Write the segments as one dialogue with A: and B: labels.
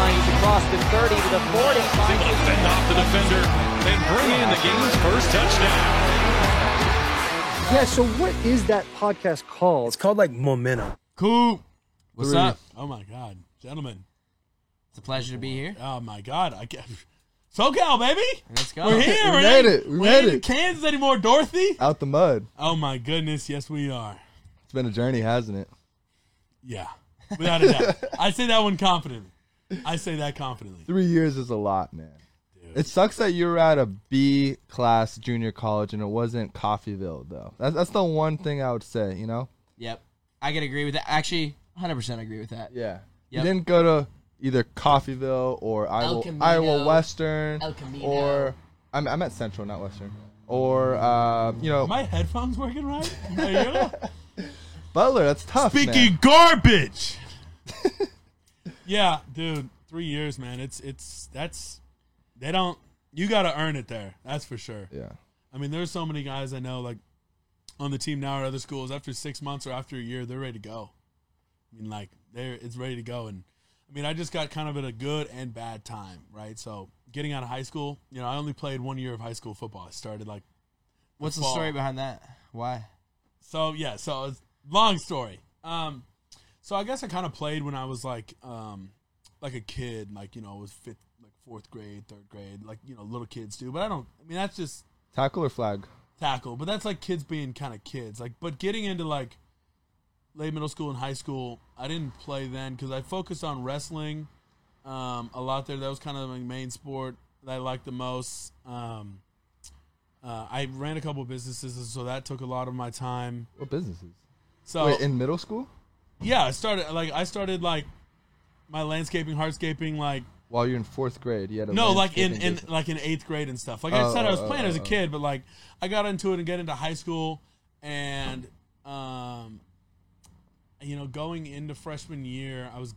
A: first and 30 to the 40.
B: Singleton fend off the defender and bring in the game's first touchdown.
C: Yeah, so what is that podcast called?
D: It's called like momentum.
E: Coop. What's
D: Three.
E: up? Oh my God, gentlemen.
F: It's a pleasure to be here.
E: Oh my God, I get SoCal baby.
F: Let's go.
E: We're here.
G: We
E: We're
G: made
E: in-
G: it. We
E: we're
G: made
E: in
G: it.
E: Kansas anymore, Dorothy?
G: Out the mud.
E: Oh my goodness, yes we are.
G: It's been a journey, hasn't it?
E: Yeah, without a doubt. I say that one confidently. I say that confidently.
G: Three years is a lot, man. It sucks that you were at a B class junior college and it wasn't Coffeeville, though. That's, that's the one thing I would say, you know?
F: Yep. I could agree with that. Actually, 100% agree with that.
G: Yeah.
F: Yep.
G: You didn't go to either Coffeeville or Iowa,
F: Camino.
G: Iowa Western
F: El Camino.
G: or I'm, I'm at Central, not Western. Or, uh, you know,
E: Are my headphones working right? Are you?
G: Butler, that's tough. man.
E: Speaking garbage. yeah, dude, three years, man. It's it's that's they don't. You got to earn it there. That's for sure.
G: Yeah.
E: I mean, there's so many guys I know like on the team now at other schools. After six months or after a year, they're ready to go. I mean, like they're it's ready to go. And I mean, I just got kind of at a good and bad time, right? So getting out of high school, you know, I only played one year of high school football. I started like
F: What's the
E: Football.
F: story behind that? Why?
E: so yeah, so it's long story. Um, so I guess I kind of played when I was like, um, like a kid, like you know, I was fifth, like fourth grade, third grade, like you know, little kids do. But I don't. I mean, that's just
G: Tackle or flag?
E: tackle, but that's like kids being kind of kids. Like, but getting into like late middle school and high school, I didn't play then because I focused on wrestling um, a lot there. That was kind of my main sport that I liked the most. Um, uh, I ran a couple of businesses, so that took a lot of my time.
G: What businesses?
E: So
G: Wait, in middle school?
E: yeah, I started like I started like my landscaping, hardscaping, like
G: While you're in fourth grade, you had a
E: no, like in,
G: landscaping
E: in
G: business.
E: like in eighth grade and stuff. Like
G: Oh,
E: I said, I was
G: oh,
E: playing
G: oh,
E: as a
G: oh.
E: kid, but like I got into it and get into high school, and um, you know, going into freshman year, I was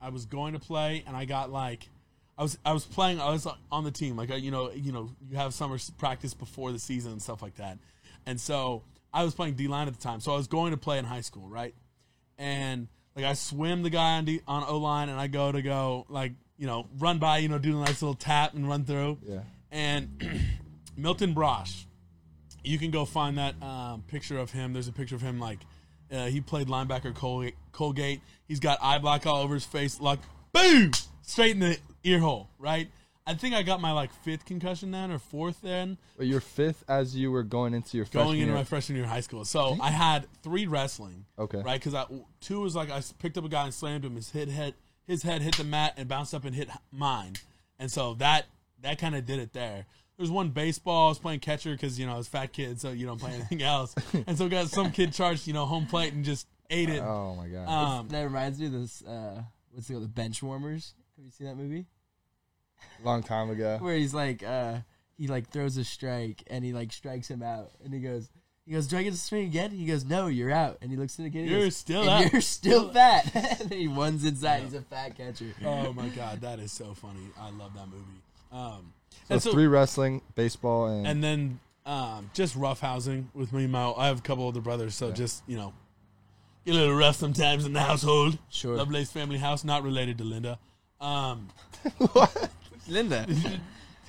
E: I was going to play, and I got like I was I was playing. I was on the team, like I- you know, you know, you have summer s- practice before the season and stuff like that, and so I was playing D line at the time, so I was going to play in high school, right? and like I swim the guy on D, on O line, and I go to go like you know run by you know do the nice little tap and run through.
G: Yeah.
E: And Milton Brosh, you can go find that um, picture of him. There's a picture of him like uh, he played linebacker Col- Colgate. He's got eye black all over his face, like boom, straight in the ear hole. Right. I think I got my like fifth concussion then or fourth then
G: Wait, your fifth as you were going into your freshman
E: going into
G: year.
E: my freshman year of high school. So I had three wrestling.
G: Okay.
E: Right, because I two was like I s- picked up a guy and slammed him. His head hit his head hit the mat and bounced up and hit h- mine, and so that that kind of did it there. There's one baseball. I was playing catcher because you know I was a fat kid, so you don't play anything else. And so got some kid charged, you know, home plate and just ate it.
G: Oh my god.
E: Um,
F: That reminds me of this, uh, what's it called? The Bench Warmers. Have you seen that movie?
G: Long time ago.
F: Where he's like, uh, he like throws a strike and he like strikes him out and he goes, he goes, do I get to swing again? He goes, no, you're out. And he looks at the kid. and he
E: You're
F: goes,
E: still
F: "And
E: out."
F: You're still fat. and he runs inside. He's a fat catcher.
E: oh my god, that is so funny. I love that movie. Um,
G: So,
E: and so-
G: three wrestling, baseball, and,
E: and then um, just roughhousing with me and my. I have a couple older brothers, so just you know, get a little rough sometimes in the household.
F: Sure.
E: Lovelace family house, not related to Linda. Um,
F: Linda.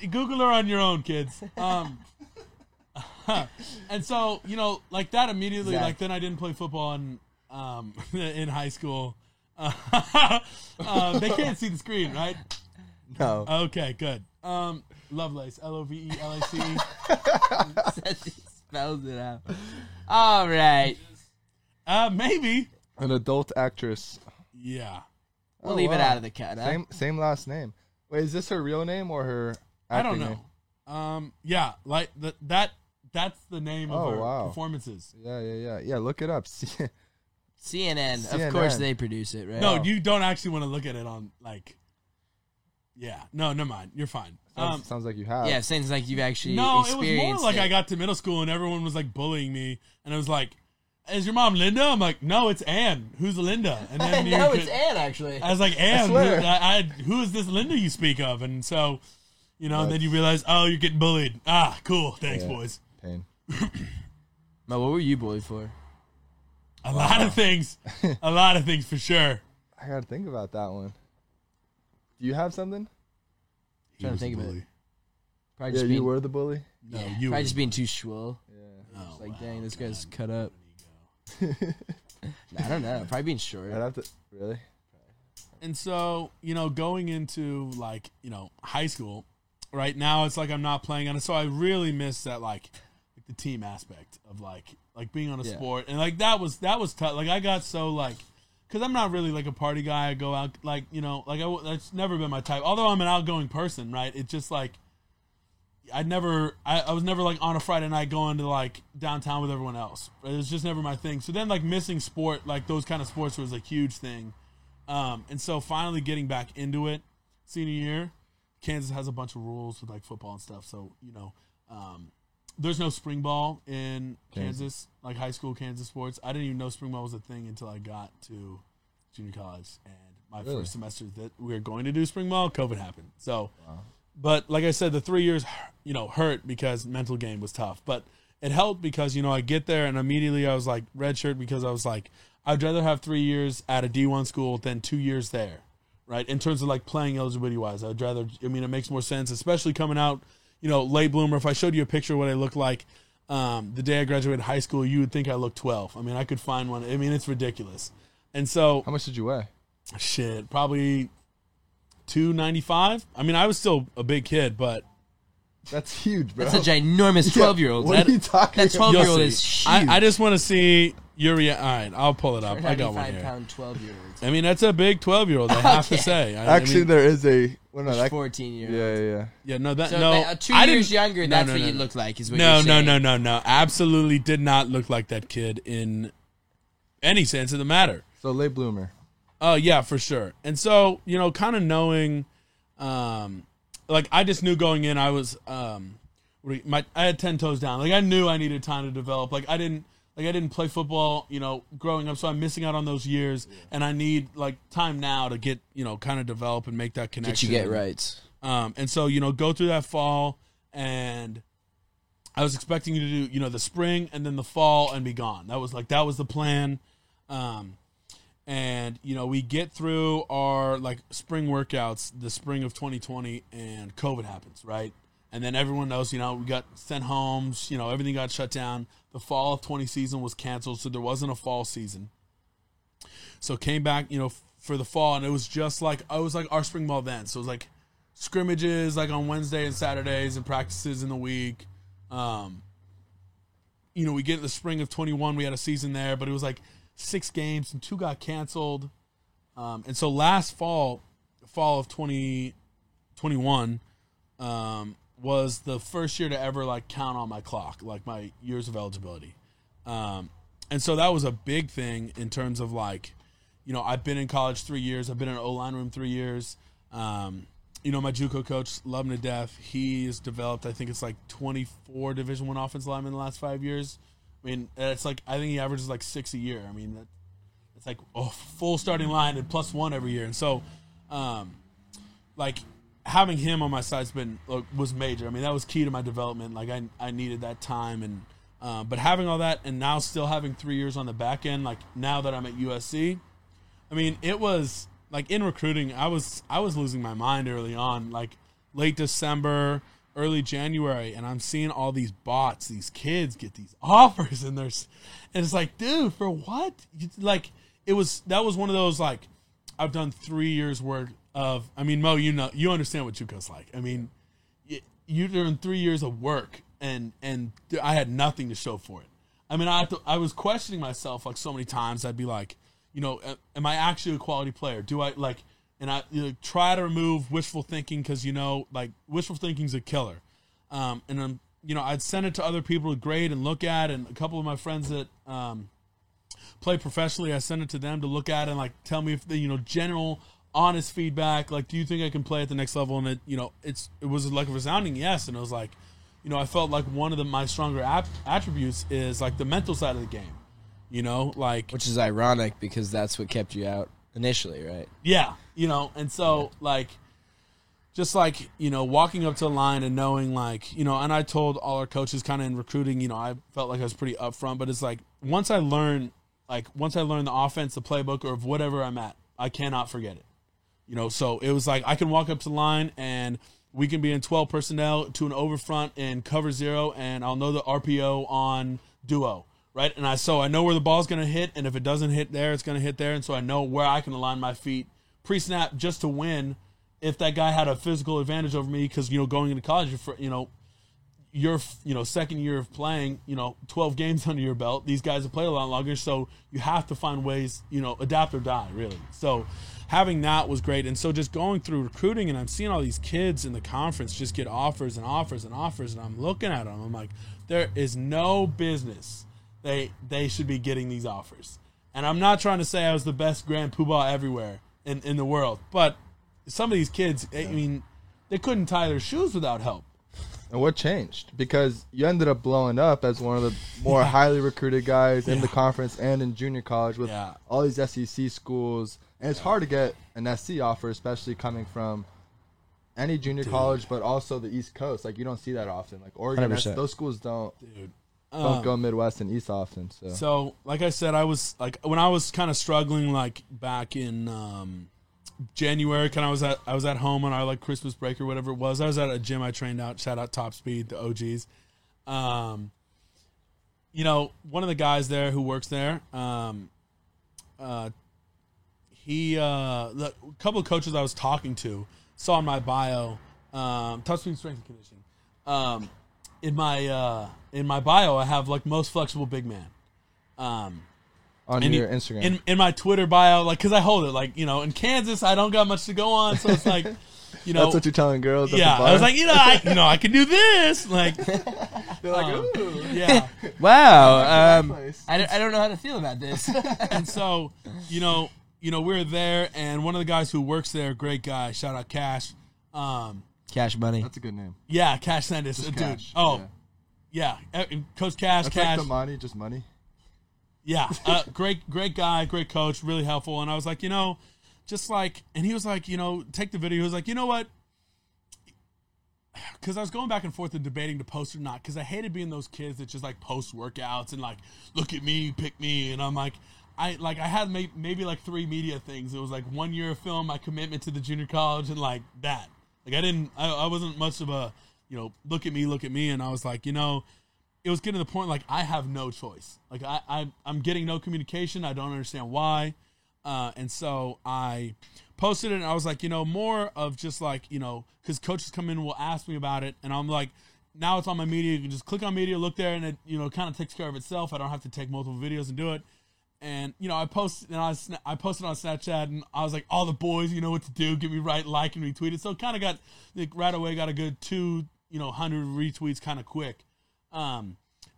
E: Google her on your own, kids. Um, and so you know, like that immediately.
F: Zach.
E: Like then I didn't play football in um, in high school. Uh, uh, they can't see the screen, right?
G: no.
E: Okay, good. Um, Lovelace, L O V E L A C E.
F: spells it out. All right.
E: Uh, maybe.
G: an adult actress.
E: Yeah.
F: We'll
G: Oh,
F: leave it
G: wow.
F: out of the cut. Huh?
G: Same same last name. Wait, is this her real name or her?
E: I don't
G: acting
E: know. Um, yeah, like the, that. That's the name of
G: Oh,
E: her
G: wow.
E: performances.
G: name? Yeah, yeah, yeah, yeah. Look it up. See-
F: CNN, Of course,
G: CNN.
F: they produce it, right?
G: Oh.
E: No, you don't actually want to look at it on like. Yeah. No, never mind. You're fine.
G: sounds,
E: Um,
G: sounds like you have.
F: Yeah, sounds like you've actually
E: no, it was more
F: experienced
E: like I got to middle school and everyone was like bullying me, and I was like, "Is your mom Linda?" I'm like, "No, it's Ann. Who's Linda?" And then
F: no,
E: you
F: it's
E: could-
F: Ann actually.
E: I was like, "Ann, who,
G: swear.
E: I, I, who is this Linda you speak of?" And so, you know, and then you realize, "Oh, you're getting bullied." Ah, cool. Thanks,
G: Yeah.
E: boys.
G: Pain.
F: Mo, what were you bullied for?
E: A lot of things. a lot of things for sure.
G: I gotta think about that one. Do you have something?
E: He
F: Trying to
E: was the
F: think of it.
E: bully.
F: Probably
G: Yeah,
F: just
G: you
F: being,
G: were the bully.
E: No,
F: yeah,
E: you
F: probably
E: were
F: just
E: the
F: being too swole.
G: Yeah,
E: bully. Oh,
F: It's like,
E: wow.
F: dang, this guy's
E: God.
F: cut up. Nah, I don't know. Probably being short.
G: I'd have to really.
E: And so, you know, going into like, you know, high school, right now it's like I'm not playing on it. So I really miss that like like the team aspect of like like being on a
F: Yeah.
E: sport. And like that was that was tough. Like I got so like cuz I'm not really like a party guy. I go out like, you know, like I w- that's never been my type. Although I'm an outgoing person, right? It's just like I never, I, I was never like on a Friday night going to like downtown with everyone else. It was just never my thing. So then like missing sport, like those kind of sports was a huge thing. Um, and so finally getting back into it, senior year, Kansas has a bunch of rules with like football and stuff. So, you know, um, there's no spring ball in Kansas.
G: Kansas.
E: like high school Kansas sports. I didn't even know spring ball was a thing until I got to junior college. And my
G: Really?
E: first semester that we were going to do spring ball, COVID happened. So, but like I said, the three years, you know, hurt because mental game was tough. But it helped because you know I get there and immediately I was like redshirt because I was like I'd rather have three years at a D one school than two years there, right? In terms of like playing eligibility wise, I'd rather. I mean, it makes more sense, especially coming out, you know, late bloomer. If I showed you a picture of what I looked like. Um, the day I graduated high school, you would think I looked 12. I mean, I could find one. I mean, it's ridiculous. And so,
G: How much did you weigh?
E: shit, probably 295. I mean, I was still a big kid, but
G: That's huge, bro.
F: That's a ginormous twelve year old.
G: What are you talking?
F: That
G: about?
F: twelve year old
E: You'll
F: is
E: see.
F: huge.
E: I, I just want to see your reaction. All right, I'll pull it up. I got one
F: Ninety-five
E: here.
F: pound twelve year olds.
E: I mean, that's a big 12 year old, I have to
F: Okay.
E: say. I, I
G: Actually,
E: mean,
G: there is a. Well, no, that,
F: Fourteen year
G: yeah,
F: old.
G: yeah, yeah.
E: yeah, no, that,
F: So
E: no.
F: like, uh, two
E: I
F: years
E: didn't-
F: younger,
E: no,
F: that's
E: no,
F: what
E: no,
F: you
E: no.
F: look like. Is what
E: No,
F: you're
E: no,
F: saying.
E: no, no, no. Absolutely did not look like that kid in any sense of the matter.
G: So late bloomer.
E: Oh yeah, for sure. And so you know, kind of knowing, um, like I just knew going in, I was um, what do you- my I had ten toes down. Like I knew I needed time to develop. Like I didn't like I didn't play football, you know, growing up, so I'm missing out on those years, and I need like time now to get you know kind of develop and make that connection.
F: But you get rights.
E: Um, and so, you know, go through that fall and I was expecting you to do, you know, the spring and then the fall and be gone. That was like, that was the plan. Um, and, you know, we get through our like spring workouts, the spring of 2020 and COVID happens, right? And then everyone knows, you know, we got sent home, you know, everything got shut down. The fall of 20 season was canceled. So there wasn't a fall season. So came back, you know, f- for the fall and it was just like, I was like our spring ball then. So it was like, scrimmages like on Wednesday and Saturdays and practices in the week. Um, you know, we get in the spring of 21, we had a season there, but it was like six games and two got canceled. Um, and so last fall, fall of 2021, um, was the first year to ever like count on my clock, like my years of eligibility. Um, and so that was a big thing in terms of like, you know, I've been in college three years. I've been in an O line room three years. Um, you know, my JUCO coach, love him to death. He has developed, I think it's like 24 Division One offensive linemen in the last five years. I mean, it's like I think he averages like six a year. I mean, that, it's like a full starting line and plus one every year. And so, um, like having him on my side's been like, was major. I mean, that was key to my development. Like I I needed that time and uh, but having all that and now still having three years on the back end. Like now that I'm at USC, I mean, it was like in recruiting, I was I was losing my mind early on, like late December, early January, and I'm seeing all these bots, these kids get these offers, and there's, and it's like, dude, for what? You- Like it was that was one of those like, I've done three years work of. I mean, Mo, you know, you understand what Chuka's like. I mean, y- you doing three years of work and and th- I had nothing to show for it. I mean, I had to- I was questioning myself like so many times. I'd be like, you know, a- am I actually a quality player? Do I like? And I you know, try to remove wishful thinking because you know, like wishful thinking's a killer. Um, and I'm, you know, I'd send it to other people to grade and look at, and a couple of my friends that um, play professionally, I send it to them to look at and like tell me if the you know general honest feedback. Like, do you think I can play at the next level? And it you know it's it was like a resounding yes, and it was like, you know, I felt like one of the, my stronger ap- attributes is like the mental side of the game. You know, like
F: Which is ironic because that's what kept you out initially, right?
E: yeah, you know, and so like, just like you know, walking up to the line and knowing like you know, and I told all our coaches kind of in recruiting, you know, I felt like I was pretty upfront, but it's like once I learn, like once I learn the offense, the playbook, or of whatever I'm at, I cannot forget it. You know, so it was like I can walk up to the line and we can be in 12 personnel to an overfront and cover zero, and I'll know the RPO on duo, right? And I so I know where the ball's going to hit, and if it doesn't hit there, it's going to hit there, and so I know where I can align my feet pre snap just to win. If that guy had a physical advantage over me, because you know going into college, you're fr- you know your you know second year of playing you know 12 games under your belt these guys have played a lot longer so you have to find ways you know adapt or die really so having that was great and so just going through recruiting and i'm seeing all these kids in the conference just get offers and offers and offers and i'm looking at them i'm like there is no business they they should be getting these offers and i'm not trying to say i was the best grand poobah everywhere in, in the world but some of these kids i mean they couldn't tie their shoes without help
G: And what changed? Because you ended up blowing up as one of the more highly recruited guys in the conference and in junior college with
E: Yeah.
G: all these SEC schools. And it's hard to get an SC offer, especially coming from any junior college, but also the East Coast. Like you don't see that often. Like Oregon, that's-
A: 100%.
G: those schools don't
E: dude Um,
G: don't go Midwest and East often. So,
E: So, like I said, I was like when I was kind of struggling, like back in um, January, kind of was at I was at home on our like Christmas break or whatever it was. I was at a gym I trained out. Shout out Top Speed, the OGs. Um, you know, one of the guys there who works there, um, uh, he uh, the- a couple of coaches I was talking to saw in my bio, um, Top Speed Strength and Conditioning. Um, in my uh, in my bio, I have like most flexible big man. Um,
G: on
E: and
G: your
E: you-
G: Instagram,
E: in, in my Twitter bio, like because I hold it, like you know, in Kansas I don't got much to go on, so it's like, you know,
G: that's what you're telling girls. at the
E: yeah. I was
G: bar?
E: like, you know, I you know I can do this, like, um,
G: They're like, ooh,
E: yeah.
A: Wow. Um,
G: nice.
F: I don't, I don't know how to feel about this.
E: and so you know you know we we're there, and one of the guys who works there, great guy, shout out Cash, um,
A: cash money.
G: That's a good name.
E: yeah, Cash Sandis,
G: Just
E: uh, dude,
G: Cash,
E: oh.
G: yeah.
E: Yeah, eh, Coach Cash,
G: That's
E: Cash.
G: like the money, just money.
E: Yeah, uh, great, great guy, great coach, really helpful. And I was like, you know, just like, and he was like, you know, take the video. He was like, you know what? Because I was going back and forth and debating to post or not. Because I hated being those kids that just like post workouts and like, look at me, pick me. And I'm like, I like I had may- maybe like three media things. It was like one year of film, my commitment to the junior college, and like that. Like I didn't, I, I wasn't much of a, you know, look at me, look at me. And I was like, you know, it was getting to the point like I have no choice. Like I, I I'm getting no communication. I don't understand why. Uh, and so I posted it and I was like, you know, more of just like, you know, because coaches come in and will ask me about it. And I'm like, now it's on my media. You can just click on media, look there, and it, you know, kind of takes care of itself. I don't have to take multiple videos and do it. And, you know, I posted and I, sna- I posted on Snapchat and I was like, all the boys, you know what to do. Give me right, like, and retweet it. So kind of got, like, right away, got a good two, you know, 100 retweets kind of quick. Um,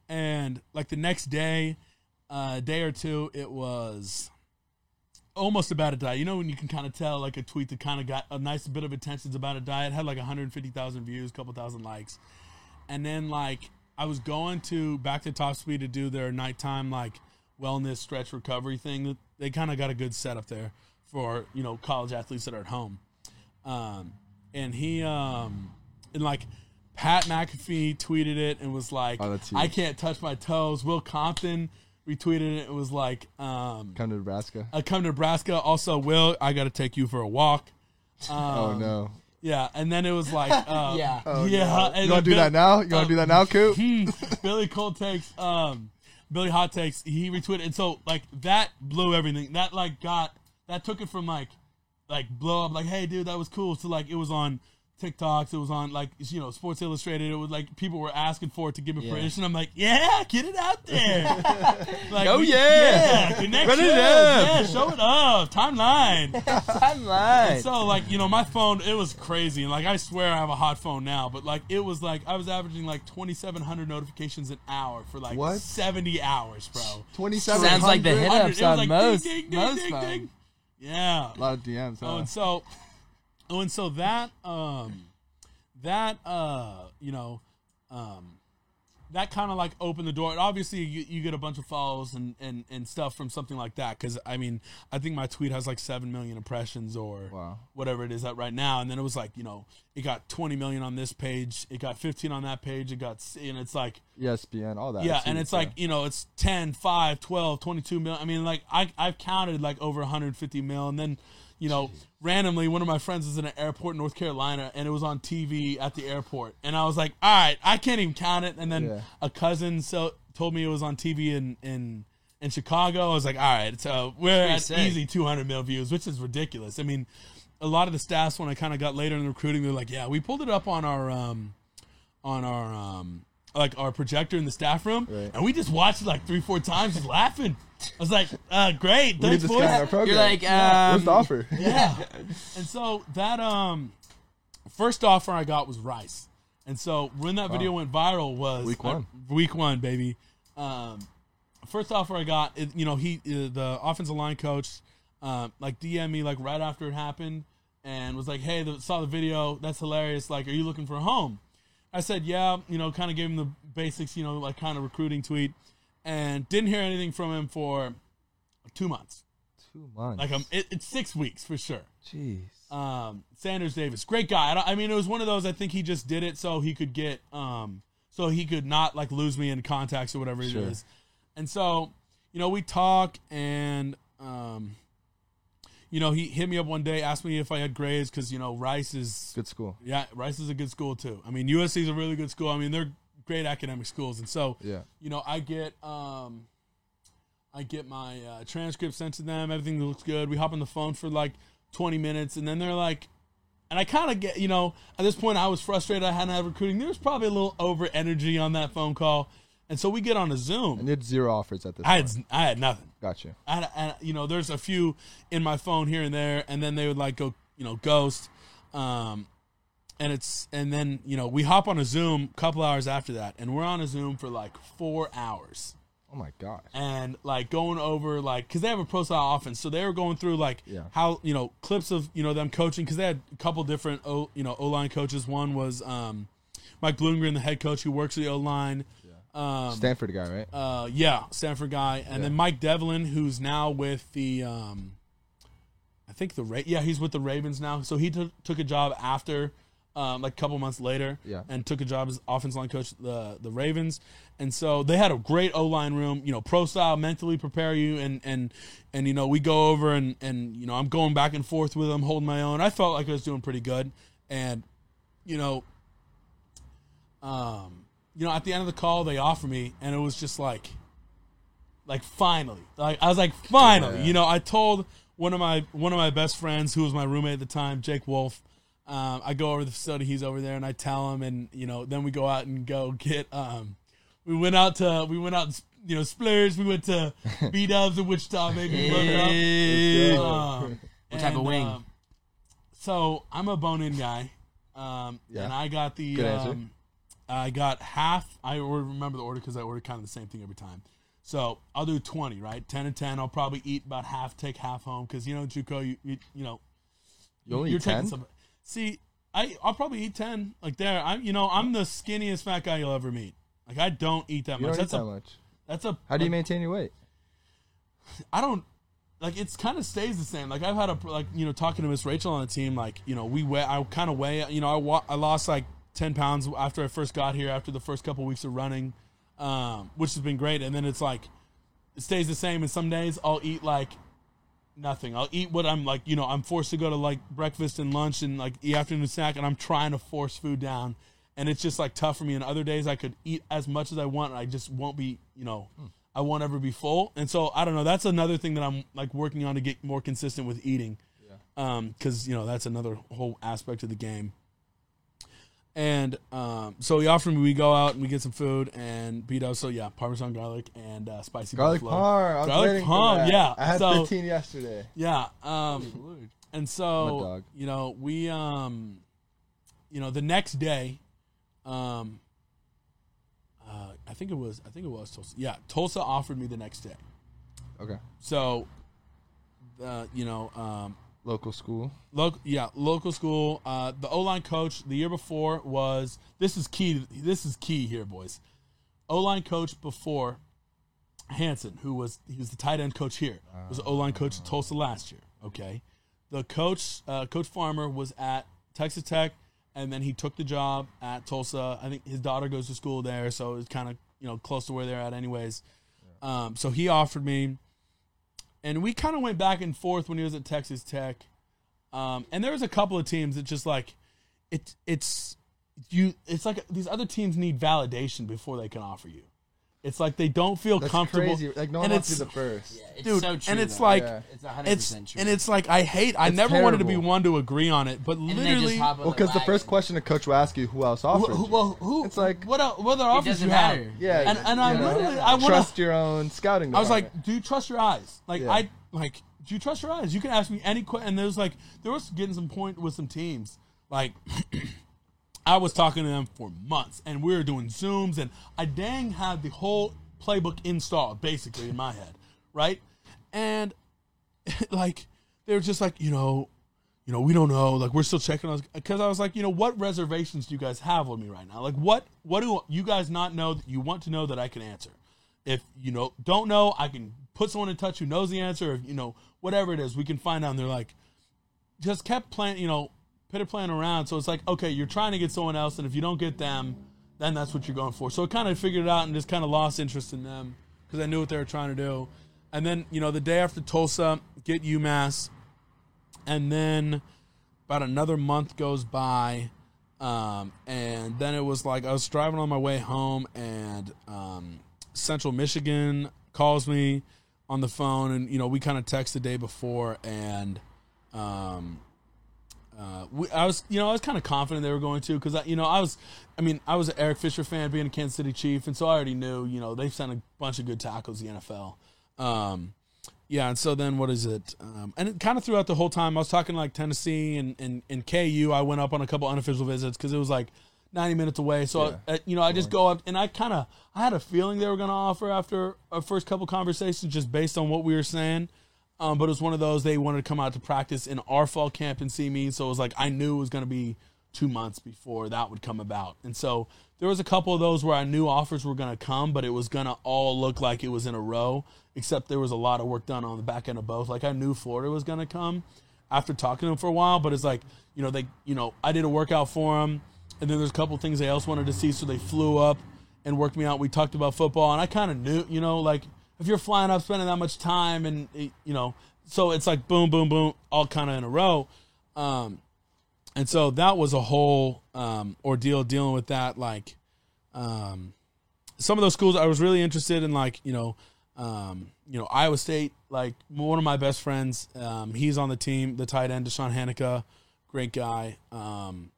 E: and like the next day, uh, day or two, it was almost about a diet. You know when you can kind of tell like a tweet that kind of got a nice bit of attention's about a diet had like 150,000 views, couple thousand likes, and then like I was going to back to Top Speed to do their nighttime like wellness stretch recovery thing. They kind of got a good setup there for you know college athletes that are at home um, and he um, and like Pat McAfee tweeted it and was like,
G: Oh, that's huge.
E: "I can't touch my toes." Will Compton retweeted it and was like, um,
G: Come to Nebraska.
E: "I come to Nebraska." Also, Will, I got to take you for a walk.
G: oh
E: Um,
G: no.
E: Yeah, and then it was like, uh,
F: Yeah.
E: yeah. and
G: Oh, You want to do
E: Bill-
G: that now? You want
E: um,
G: to do that now, Coop?
E: Hmm. Billy Cole takes um Billy Hot takes he retweeted and so like that blew everything. That like got that took it from like like blow up like hey dude that was cool to like it was on TikToks, it was on like you know Sports Illustrated. It was like people were asking for it to give it permission. I'm like, yeah, get it out there. like,
A: Oh,
E: we-
A: yeah.
E: yeah, connect
A: Run it
E: shows,
A: up.
E: yeah, show it up, timeline.
A: I'm lying.
E: So like you know my phone it was crazy and like I swear I have a hot phone now but like it was like I was averaging like 2700 notifications an hour for like
G: What?
E: 70 hours bro.
G: Twenty-seven.
F: Sounds like the hit
E: Hundred-
F: ups on most
E: ding, ding, ding,
F: most
E: ding,
F: phones.
E: ding. Yeah.
G: A lot of DMs. Huh?
E: Oh, and so, oh, and so that, um, that, uh, you know, um, that kind of like opened the door. And obviously, you, you get a bunch of follows and, and, and stuff from something like that. Cause I mean, I think my tweet has like 7 million impressions or
G: Wow.
E: whatever it is at right now. And then it was like, you know, it got 20 million on this page, it got 15 on that page, it got, s- and it's like,
G: E ESPN, all that.
E: yeah,
G: It's
E: and
G: huge,
E: it's like, you know, it's 10, 5, 12, 22 mil. I mean, like, I, I've counted like over 150 mil. And then, you know, randomly one of my friends was in an airport in North Carolina and it was on TV at the airport. And I was like, all right, I can't even count it. And then
G: Yeah.
E: a cousin so told me it was on TV in, in, in Chicago. I was like, all right, so we're at
F: sick.
E: easy 200 mil views, which is ridiculous. I mean, a lot of the staffs when I kind of got later in recruiting, they're like, yeah, we pulled it up on our, um, on our um like our projector in the staff room,
G: Right.
E: and we just watched it like three, four times, just laughing. I was like, uh, "Great,
G: We
E: thanks,
G: need this
E: boys."
G: guy in our program.
F: You're like,
G: What's the
F: um,
G: offer? Oh,
E: Yeah. And so that um first offer I got was rice, and so when that video went viral was
G: Week one.
E: week one, baby. Um, first offer I got, it, you know, he uh, the offensive line coach, um, like DM me like right after it happened, and was like, "Hey, the, saw the video. That's hilarious. Like, are you looking for a home?" I said, "Yeah." You know, kind of gave him the basics. You know, like kind of recruiting tweet, and didn't hear anything from him for two months.
G: Two months.
E: Like, um, it, it's six weeks for sure
G: Jeez.
E: um, Sanders Davis, great guy. I, don't- I mean, it was one of those. I think he just did it so he could get, um, so he could not like lose me in contacts or whatever
G: Sure.
E: it is. And so, you know, we talk, and um, you know, he hit me up one day, asked me if I had grades because you know Rice is
G: Good school.
E: yeah, Rice is a good school too. I mean, USC is a really good school. I mean, they're great academic schools, and so
G: Yeah.
E: you know, I get um, I get my uh, transcript sent to them. Everything looks good. We hop on the phone for like 20 minutes, and then they're like, and I kind of get, you know, at this point I was frustrated. I hadn't had recruiting. There was probably a little over energy on that phone call, and so we get on a Zoom.
G: And you had zero offers at this
E: I
G: point.
E: had I had nothing.
G: Got you.
E: I, had- I, you know, there's a few in my phone here and there, and then they would like go, you know, ghost. Um, and it's and then you know we hop on a Zoom a couple hours after that, and we're on a Zoom for like four hours
G: Oh my gosh.
E: and like going over like because they have a pro style offense, so they were going through like
G: Yeah.
E: how you know clips of you know them coaching because they had a couple different o, you know O line coaches. One was um, Mike Bloomgren, the head coach who works the O line. Um,
G: Stanford guy, right?
E: uh, yeah, Stanford guy, and then Mike Devlin, who's now with the, um, I think the Ra- yeah, he's with the Ravens now. So he took took a job after, um, like a couple months later,
G: Yeah.
E: and took a job as offensive line coach at the the Ravens, and so they had a great O line room, you know, pro style, mentally prepare you, and and and you know we go over and and you know I'm going back and forth with them, holding my own. I felt like I was doing pretty good, and you know, um, you know, at the end of the call, they offer me, and it was just like, like finally, like I was like, finally,
G: Yeah.
E: you know, I told one of my one of my best friends who was my roommate at the time, Jake Wolf. Um, I go over to the facility, he's over there, and I tell him, and you know, then we go out and go get. Um, we went out to we went out, and, you know, splurge. We went to B Dubs in Wichita, maybe. load it up. Um,
F: What type of wing?
E: um, so I'm a bone in guy, um,
G: Yeah.
E: and I got the
G: Good answer.
E: um, I got half. I already remember the order because I ordered kind of the same thing every time. So I'll do twenty, right? Ten and ten. I'll probably eat about half, take half home because you know JUCO, you you, you know
G: You only
E: you're
G: ten.
E: taking some. See, I I'll probably eat ten. Like there, I'm you know I'm the skinniest fat guy you'll ever meet. Like I don't eat that
G: You
E: much.
G: don't eat
E: That's
G: that
E: a
G: much.
E: that's a
G: How do you
E: like,
G: maintain your weight?
E: I don't like it's kind of stays the same. Like I've had a like you know talking to Miss Rachel on the team. Like you know we weigh I kind of weigh you know I wa- I lost like ten pounds after I first got here after the first couple weeks of running, um, which has been great. And then it's like it stays the same. And some days I'll eat like nothing. I'll eat what I'm like you know I'm forced to go to like breakfast and lunch and like the afternoon snack, and I'm trying to force food down. And it's just like tough for me. And other days I could eat as much as I want, and I just won't be, you know,
G: Hmm.
E: I won't ever be full. And so I don't know. That's another thing that I'm like working on to get more consistent with eating, because you know that's another whole aspect of the game. And um, so he offered me we go out and we get some food and beat up. So yeah, parmesan garlic and uh, spicy
G: Garlic
E: buffalo.
G: par. I was
E: Garlic
G: waiting
E: par,
G: for that.
E: yeah.
G: I had
E: So-
G: 15 yesterday.
E: Yeah. Um, and
G: I'm a
E: so
G: dog.
E: you know we um, you know the next day, um, uh, I think it was I think it was Tulsa. Yeah, Tulsa offered me the next day.
G: Okay.
E: So, uh, you know, um,
G: Local school.
E: local, yeah, local school. Uh, the O line coach the year before was this is key. This is key here, boys. O line coach before Hanson, who was he was the tight end coach here, was O line coach at Tulsa last year. Okay, the coach uh, Coach Farmer was at Texas Tech, and then he took the job at Tulsa. I think his daughter goes to school there, so it's kind of you know close to where they're at, anyways. Um, so he offered me, and we kind of went back and forth when he was at Texas Tech. Um, and there was a couple of teams that just like it, it's you. It's like these other teams need validation before they can offer you. It's like they don't feel
G: That's
E: comfortable.
G: crazy. Like no one
E: and
G: wants to
E: it's
G: be the first.
F: It's
E: dude,
F: so true.
E: and it's
F: though.
E: like
G: Yeah.
F: it's 100%
E: it's
F: true.
E: and it's like I hate. I
G: It's
E: never wanted to be
G: terrible.
E: one to agree on it, but
F: And they just
E: literally,
F: hop on
G: Well, because the
F: wagon.
G: first question a coach will ask you, who else
E: who,
G: offers?
E: who,
G: you?
E: well, who?
G: It's like-
E: what? el- What other offers
F: doesn't
E: you have?
F: matter.
G: yeah,
E: and- and I
G: you know,
E: literally- I wanna-
G: trust your own scouting.
E: I was
G: department.
E: like, do you trust your eyes? Like
G: Yeah.
E: I like, do you trust your eyes? You can ask me any question. And there was like, there was getting some point with some teams. Like, I was talking to them for months, and we were doing zooms, and I dang had the whole playbook installed basically in my head, right? And like, they were just like, you know, you know, we don't know. Like, we're still checking on because I was like, you know, what reservations do you guys have on me right now? Like, what what do you guys not know that you want to know that I can answer? If you know don't know, I can put someone in touch who knows the answer. If you know whatever it is, we can find out. And they're like, just kept playing, you know, pitter playing around. So it's like, okay, you're trying to get someone else, and if you don't get them, then that's what you're going for. So I kind of figured it out and just kind of lost interest in them because I knew what they were trying to do. And then you know, the day after Tulsa, get UMass and then about another month goes by um, and then it was like i was driving on my way home and um, central michigan calls me on the phone and you know we kind of text the day before and um, uh, we, I was, you know, I was kind of confident they were going to because, you know, I was, I mean, I was an Eric Fisher fan being a Kansas City Chief, and so I already knew, you know, they've sent a bunch of good tackles to the NFL. Um, yeah, and so then what is it? Um, and it kind of throughout the whole time, I was talking like Tennessee and, and, and KU. I went up on a couple unofficial visits because it was like 90 minutes away. So, I, I- you know, I just go up and I kind of I had a feeling they were going to offer after our first couple conversations just based on what we were saying. Um, but it was one of those they wanted to come out to practice in our fall camp and see me. So it was like I knew it was going to be two months before that would come about. And so there was a couple of those where I knew offers were going to come, but it was going to all look like it was in a row, except there was a lot of work done on the back end of both. Like I knew Florida was going to come after talking to them for a while, but it's like, you know, they, you know, I did a workout for them and then there's a couple of things they else wanted to see. So they flew up and worked me out. We talked about football and I kind of knew, you know, like if you're flying up, spending that much time and, eh, you know, so it's like boom, boom, boom, all kind of in a row. Um, and so that was a whole um, ordeal dealing with that. Like, um, some of those schools I was really interested in, like you know, um, you know Iowa State. Like one of my best friends, um, he's on the team, the tight end, Deshaun Hanukkah, great guy. Um,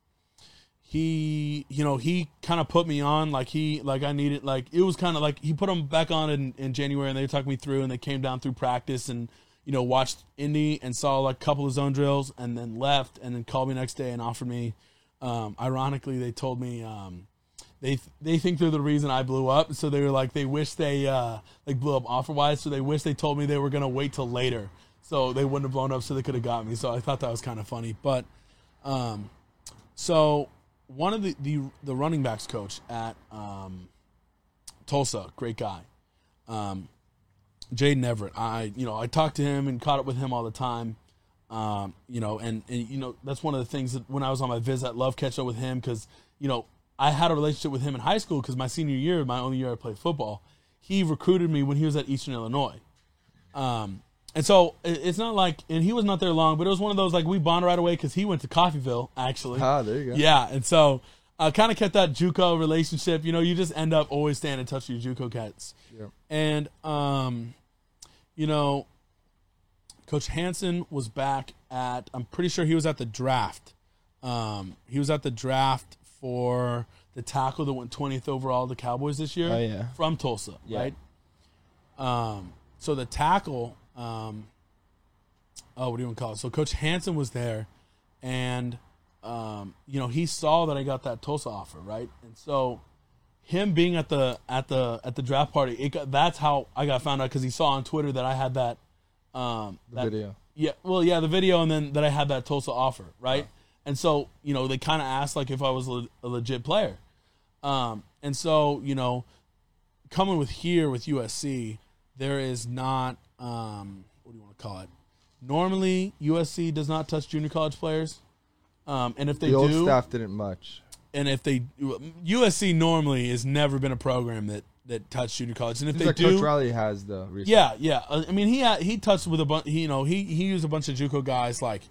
E: he, you know, he kind of put me on. Like he, like I needed, like it was kind of like he put him back on in, in January, and they talked me through, and they came down through practice and. You know, watched Indy and saw like a couple of zone drills, and then left, and then called me next day and offered me. Um, ironically, they told me um, they they think they're the reason I blew up. So they were like, they wish they uh, like blew up offer wise. So they wish they told me they were gonna wait till later, so they wouldn't have blown up, so they could have got me. So I thought that was kind of funny. But um, so one of the the, the running backs coach at um, Tulsa, great guy, um, Jaden Everett. I you know I talked to him and caught up with him all the time. Um, you know, and, and you know that's one of the things that when I was on my visit, I love catching up with him because you know I had a relationship with him in high school because my senior year, my only year I played football, he recruited me when he was at Eastern Illinois. Um, and so it- it's not like, and he was not there long, but it was one of those like we bonded right away because he went to Coffeeville actually.
G: Ah, there you go.
E: Yeah, and so I kind of kept that JUCO relationship. You know, you just end up always staying in touch with your JUCO cats.
G: Yeah.
E: And um, you know, Coach Hansen was back at. I'm pretty sure he was at the draft. Um, he was at the draft for the tackle that went 20th overall to the Cowboys this year.
A: Oh, yeah.
E: from Tulsa, right? Um, so the tackle. Um, oh, what do you want to call it? So Coach Hansen was there, and um, you know he saw that I got that Tulsa offer, right? And so him being at the at the at the draft party, it got, that's how I got found out because he saw on Twitter that I had that um, that
G: video.
E: Yeah, well, yeah, the video, and then that I had that Tulsa offer, right? And so you know they kind of asked like if I was le- a legit player, um, and so you know coming with here with USC, there is not um, what do you want to call it? Normally, USC does not touch junior college players, um, and if they
G: the old
E: do,
G: staff didn't much.
E: and if they USC normally has never been a program that that touched junior college, and if
G: This is
E: they
G: like
E: do,
G: Coach Riley has though. Recently.
E: yeah, yeah. Uh, I mean, he had, he touched with a bunch. You know, he he used a bunch of JUCO guys like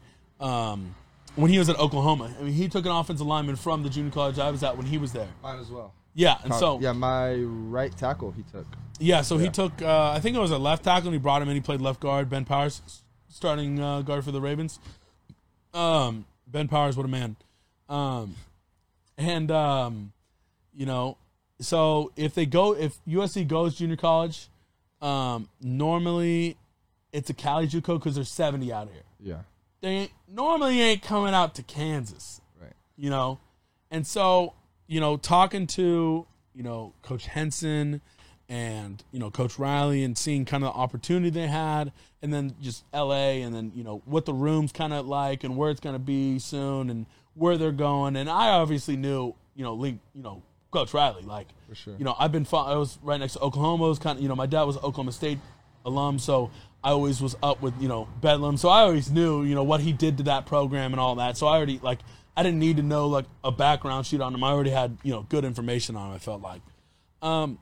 E: um, when he was at Oklahoma. I mean, he took an offensive lineman from the junior college I was at when he was there.
G: Mine as well.
E: Yeah, and so
G: yeah, my right tackle he took.
E: yeah, so he took uh, I think it was a left tackle and he brought him in. He played left guard. Ben Powers, s- starting uh, guard for the Ravens. Um, ben Powers, what a man. Um, and um, you know, so if they go, if USC goes junior college, um, normally it's a Cali JUCO because there's 70 out here.
G: Yeah,
E: They ain't, normally ain't coming out to Kansas
G: right.
E: you know and so you know talking to you know coach henson and you know coach riley and seeing kind of the opportunity they had and then just la and then you know what the room's kind of like and where it's going to be soon and where they're going and i obviously knew you know link you know coach riley like for
G: sure.
E: you know i've been fo- i was right next to oklahoma I was kind of you know my dad was an oklahoma state alum so i always was up with you know bedlam so i always knew you know what he did to that program and all that so i already like I didn't need to know like a background sheet on him. I already had you know good information on him. I felt like, um,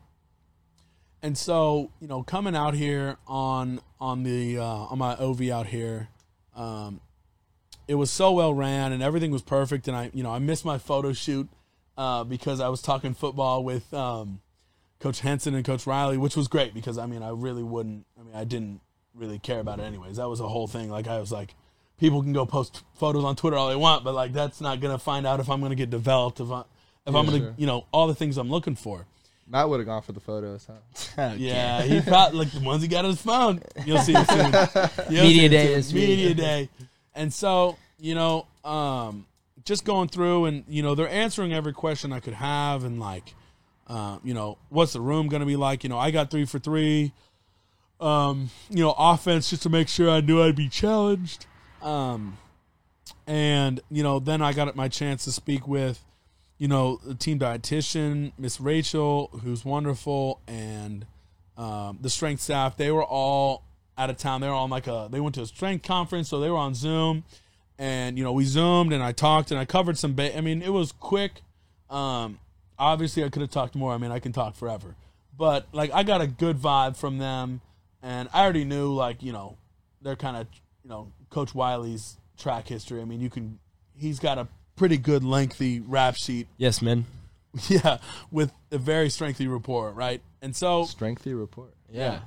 E: and so you know coming out here on on the uh, on my OV out here, um, it was so well ran and everything was perfect. And I you know I missed my photo shoot uh, because I was talking football with um, Coach Henson and Coach Riley, which was great because I mean I really wouldn't. I mean I didn't really care about it anyways. That was a whole thing. Like I was like, people can go post photos on Twitter all they want, but like that's not gonna find out if I'm gonna get developed if I if I'm gonna
G: sure.
E: you know all the things I'm looking for.
G: Matt would have gone for the photos, huh?
E: Yeah, he probably like the ones he got on his phone. You'll see it soon. You'll
F: Media
E: see it
F: day
E: soon.
F: this
E: Media
F: week.
E: day, and so you know, um, just going through and you know they're answering every question I could have and like, uh, you know, what's the room going to be like? You know, I got three for three. Um, you know, offense just to make sure I knew I'd be challenged. Um, and you know, then I got my chance to speak with you know, the team dietitian, Miss Rachel, who's wonderful, and um, the strength staff. They were all out of town. They were on like a, they went to a strength conference, so they were on Zoom. And, you know, we Zoomed and I talked and I covered some, ba- I mean, it was quick. Um, obviously, I could have talked more. I mean, I can talk forever. But, like, I got a good vibe from them. And I already knew, like, you know, they're kind of, you know, Coach Wiley's track history. I mean, you can, he's got a pretty good lengthy rap sheet
A: Yes, man.
E: yeah, with a very strengthy rapport, right? And so,
G: Strengthy report.
F: Yeah.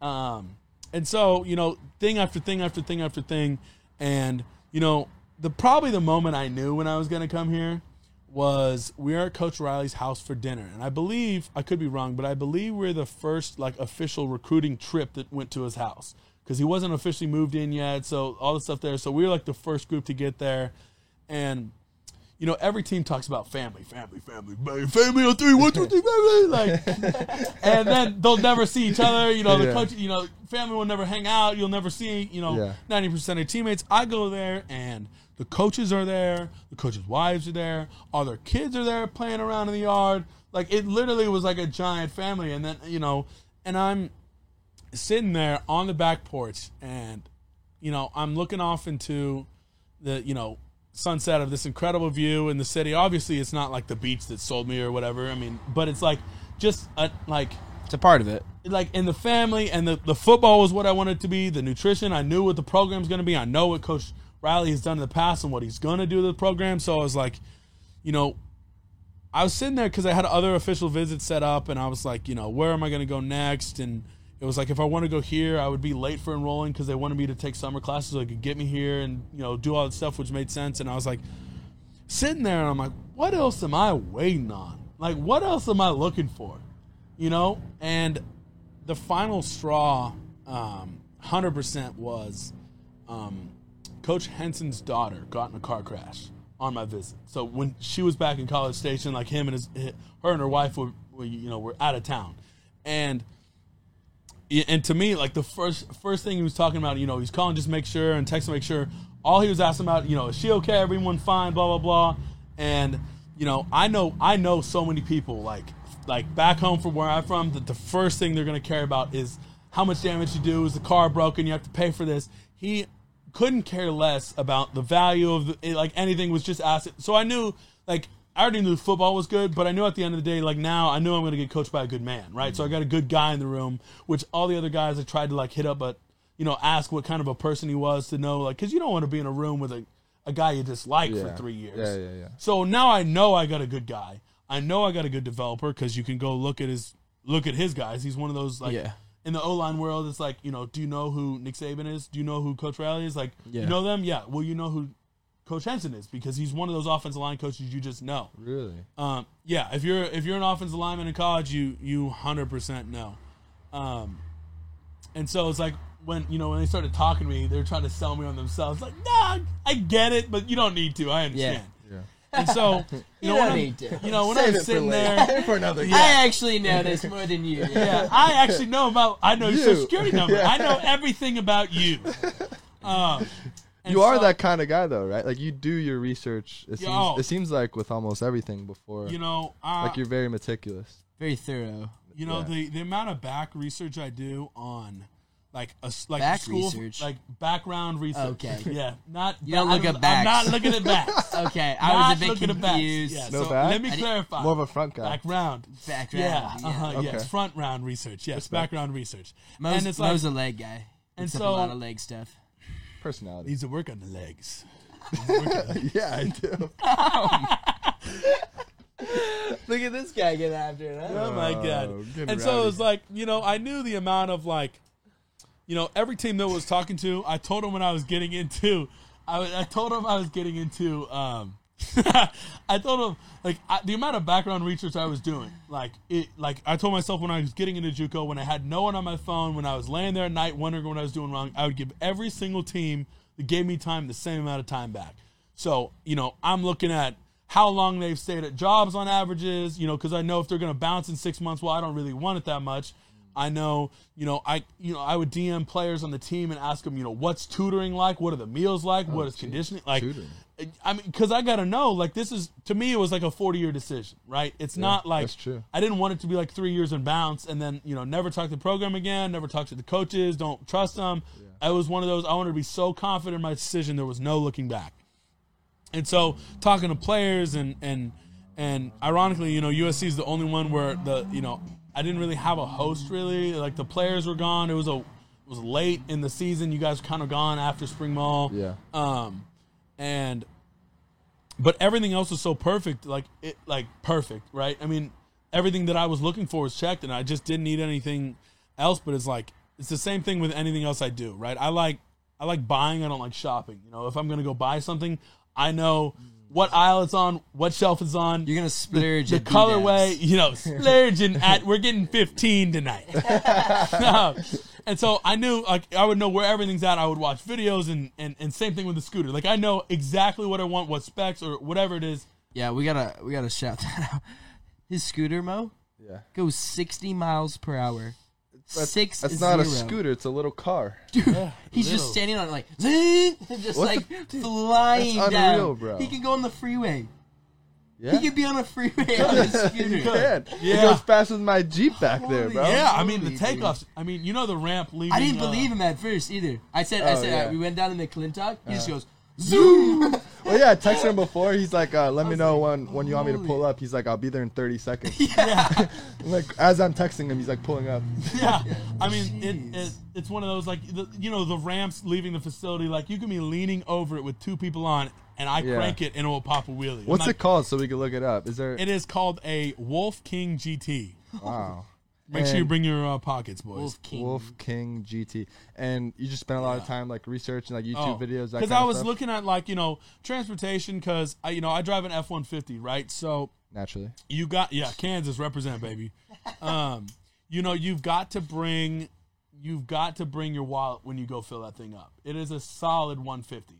E: um, and so, you know, thing after thing after thing after thing, and you know, the probably the moment I knew when I was gonna come here was we are at Coach Riley's house for dinner, and I believe I could be wrong, but I believe we're the first like official recruiting trip that went to his house because he wasn't officially moved in yet, so all the stuff there. So we were like the first group to get there, and you know, every team talks about family, family, family, family, family on three, one, two, three, family. Like, and then they'll never see each other. You know, the
G: Yeah.
E: coach, you know, family will never hang out. You'll never see, you know,
G: Yeah.
E: 90% of teammates. I go there and the coaches are there. The coaches' wives are there. All their kids are there playing around in the yard. Like, it literally was like a giant family. And then, you know, and I'm sitting there on the back porch and, you know, I'm looking off into the you know sunset of this incredible view in the city. Obviously, it's not like the beach that sold me or whatever. I mean, but it's like just a, like
A: It's a part of it.
E: like in the family and the, the football was what I wanted to be. The nutrition, I knew what the program's going to be. I know what Coach Riley has done in the past and what he's going to do to the program. So I was like, you know, I was sitting there because I had other official visits set up, and I was like, you know, where am I going to go next? And it was like, if I want to go here, I would be late for enrolling because they wanted me to take summer classes so they could get me here and you know do all that stuff, which made sense. And I was like, sitting there, and I'm like, what else am I waiting on? Like, what else am I looking for? You know, and the final straw, um, 100% was um, Coach Henson's daughter got in a car crash on my visit. So when she was back in College Station, like him and his, her and her wife were, were you know, were out of town, and yeah, and to me, like the first first thing he was talking about, you know, he's calling just make sure and text to make sure. All he was asking about, you know, is she okay? Everyone fine? Blah blah blah. And you know, I know I know so many people like like back home from where I'm from that the first thing they're gonna care about is how much damage you do. Is the car broken? You have to pay for this. He couldn't care less about the value of the, it, like anything was just asset. So I knew like I already knew football was good, but I knew at the end of the day, like now I knew
G: Mm-hmm.
E: I'm going to get coached by a good man, right? So I got a good guy in the room, which all the other guys I tried to like hit up, but you know, ask what kind of a person he was to know, like, because you don't want to be in a room with a, a guy you dislike for
G: Yeah.
E: three years.
G: Yeah, yeah, yeah.
E: So now I know I got a good guy. I know I got a good developer because you can go look at his look at his guys. He's one of those like
F: Yeah.
E: in the O line world. It's like you know, do you know who Nick Saban is? Do you know who Coach Riley is? Like
F: Yeah.
E: you know them? Yeah. Well, you know who Coach Henson is because he's one of those offensive line coaches you just know.
G: Really?
E: Um, yeah, if you're if you're an offensive lineman in college, you you hundred percent know. Um, and so it's like when you know when they started talking to me, they were trying to sell me on themselves. Like, nah, I get it, but you don't need to. I understand.
G: Yeah.
E: And so you,
F: You
E: know
F: don't
E: when I'm-
F: need to.
E: You know when
F: Save
E: I'm
F: it for
E: sitting
F: later.
E: there,
G: For another
F: I actually know this more than you.
E: yeah, I actually know about. I know your
G: You.
E: social security number. I know everything about you. Um, and
G: You are
E: so-
G: that kind of guy though, right? Like you do your research. It seems,
E: Yo.
G: it seems like with almost everything before.
E: You know, uh, I,
G: like you're very meticulous.
F: Very thorough.
E: You know
G: Yeah.
E: the the amount of back research I do on like a s- like
F: Back
E: school
F: research?
E: like background research.
F: Okay.
E: Yeah. Not.
F: You don't look
E: I'm-
F: at backs.
E: I'm not looking at backs.
F: Okay, I
E: not
F: was a bit
E: looking
F: confused.
E: at backs. Yeah,
G: No
E: so
G: back?
E: Let me
F: I didn't-
E: clarify.
G: More of a front guy.
E: background.
F: Background.
E: Yeah.
F: Yeah.
E: Uh-huh. Yes.
G: Okay.
E: Front round research. Yes. Background research.
F: Mo's,
E: and it's like
F: Mo's a leg guy.
E: and
F: It's
E: so-
F: a lot of leg stuff.
G: Personality.
E: needs to work on the legs.
G: yeah, I do.
F: Look at this guy get after it.
E: Oh my god!
G: Oh,
E: And
G: get
E: so it
G: rowdy.
E: was like you know I knew the amount of like, you know every team that I was talking to. I told them when I was getting into, I, was- I told them I was getting into. Um, I told them like I, the amount of background research I was doing. Like it, like I told myself when I was getting into JUCO, when I had no one on my phone, when I was laying there at night wondering what I was doing wrong, I would give every single team that gave me time the same amount of time back. So, you know, I'm looking at how long they've stayed at jobs on averages, you know, because I know if they're going to bounce in six months, well, I don't really want it that much. I know, you know, I, you know, I would DM players on the team and ask them, you know, what's tutoring like? What are the meals like? what is conditioning like?
G: Oh, Tutoring.
E: I mean, because I gotta know, like, this is to me, it was like a forty-year decision, right? It's not like
G: that's true.
E: I didn't want it to be like three years and bounce, and then you know, never talk to the program again, never talk to the coaches, don't trust them. I was one of those. I wanted to be so confident in my decision, there was no looking back. And so talking to players and and and ironically, you know, USC is the only one where the you know I didn't really have a host really. Like the players were gone. It was a it was late in the season. You guys were kind of gone after spring ball.
G: Yeah.
E: Um, and but everything else was so perfect, like it like perfect, right? I mean, everything that I was looking for was checked, and I just didn't need anything else. But it's like it's the same thing with anything else I do, right? I like I like buying. I don't like shopping. You know, if I'm gonna go buy something, I know what aisle it's on, what shelf it's on.
F: You're gonna splurge
E: the
F: at
E: colorway,
F: B-Dabs.
E: you know, splurging at we're getting 15 tonight. Um, and so I knew like I would know where everything's at. I would watch videos and, and and same thing with the scooter. Like I know exactly what I want, what specs or whatever it is.
F: Yeah, we gotta we gotta shout that out. His scooter Mo
G: Yeah.
F: goes sixty miles per hour.
G: That's,
F: Six.
G: that's not a
F: zero.
G: scooter. It's a little car.
F: He's
E: Little.
F: just standing on it like just
G: What
F: like
G: the-
F: flying
G: that's
F: down.
G: unreal, bro.
F: He can go on the freeway.
G: Yeah.
F: He could be on a freeway on his scooter.
G: Man,
E: Yeah.
G: It goes fast with my Jeep back there,
F: Holy
G: bro.
E: Yeah, I mean the
F: Absolutely, dude.
E: takeoffs. I mean, you know the ramp leaving.
F: I didn't
E: uh,
F: believe him at first either. I said, I
G: Oh,
F: said,
G: yeah. Uh-huh.
F: uh, we went down in the Clintock. He just goes, zoom.
G: Well, yeah, I texted him before. He's like, uh, let me
F: was
G: know
F: like,
G: when, when you want me to
F: holy-
G: pull up. He's like, I'll be there in 30 seconds. I'm like, as I'm texting him, he's like pulling up.
E: Yeah, I mean it,
F: Jeez.
E: it. It's one of those like the, you know the ramps leaving the facility. Like you can be leaning over it with two people on, and I
G: Yeah.
E: crank it and it will pop a wheelie. I'm
G: What's
E: not-
G: it called so we can look it up? Is there.
E: It is called a Wolf King GT.
G: wow.
E: Make sure you
G: And-
E: bring your uh, pockets, boys.
F: Wolf King.
G: Wolf King GT. And you just spent a lot of time like researching like YouTube videos. that
E: Because
G: kind
E: Oh. I
G: of
E: was
G: stuff?
E: looking at like you know transportation. Because I you know I drive an F one fifty, right? So
G: Naturally.
E: you got yeah kansas represent baby um you know you've got to bring you've got to bring your wallet when you go fill that thing up it is a solid 150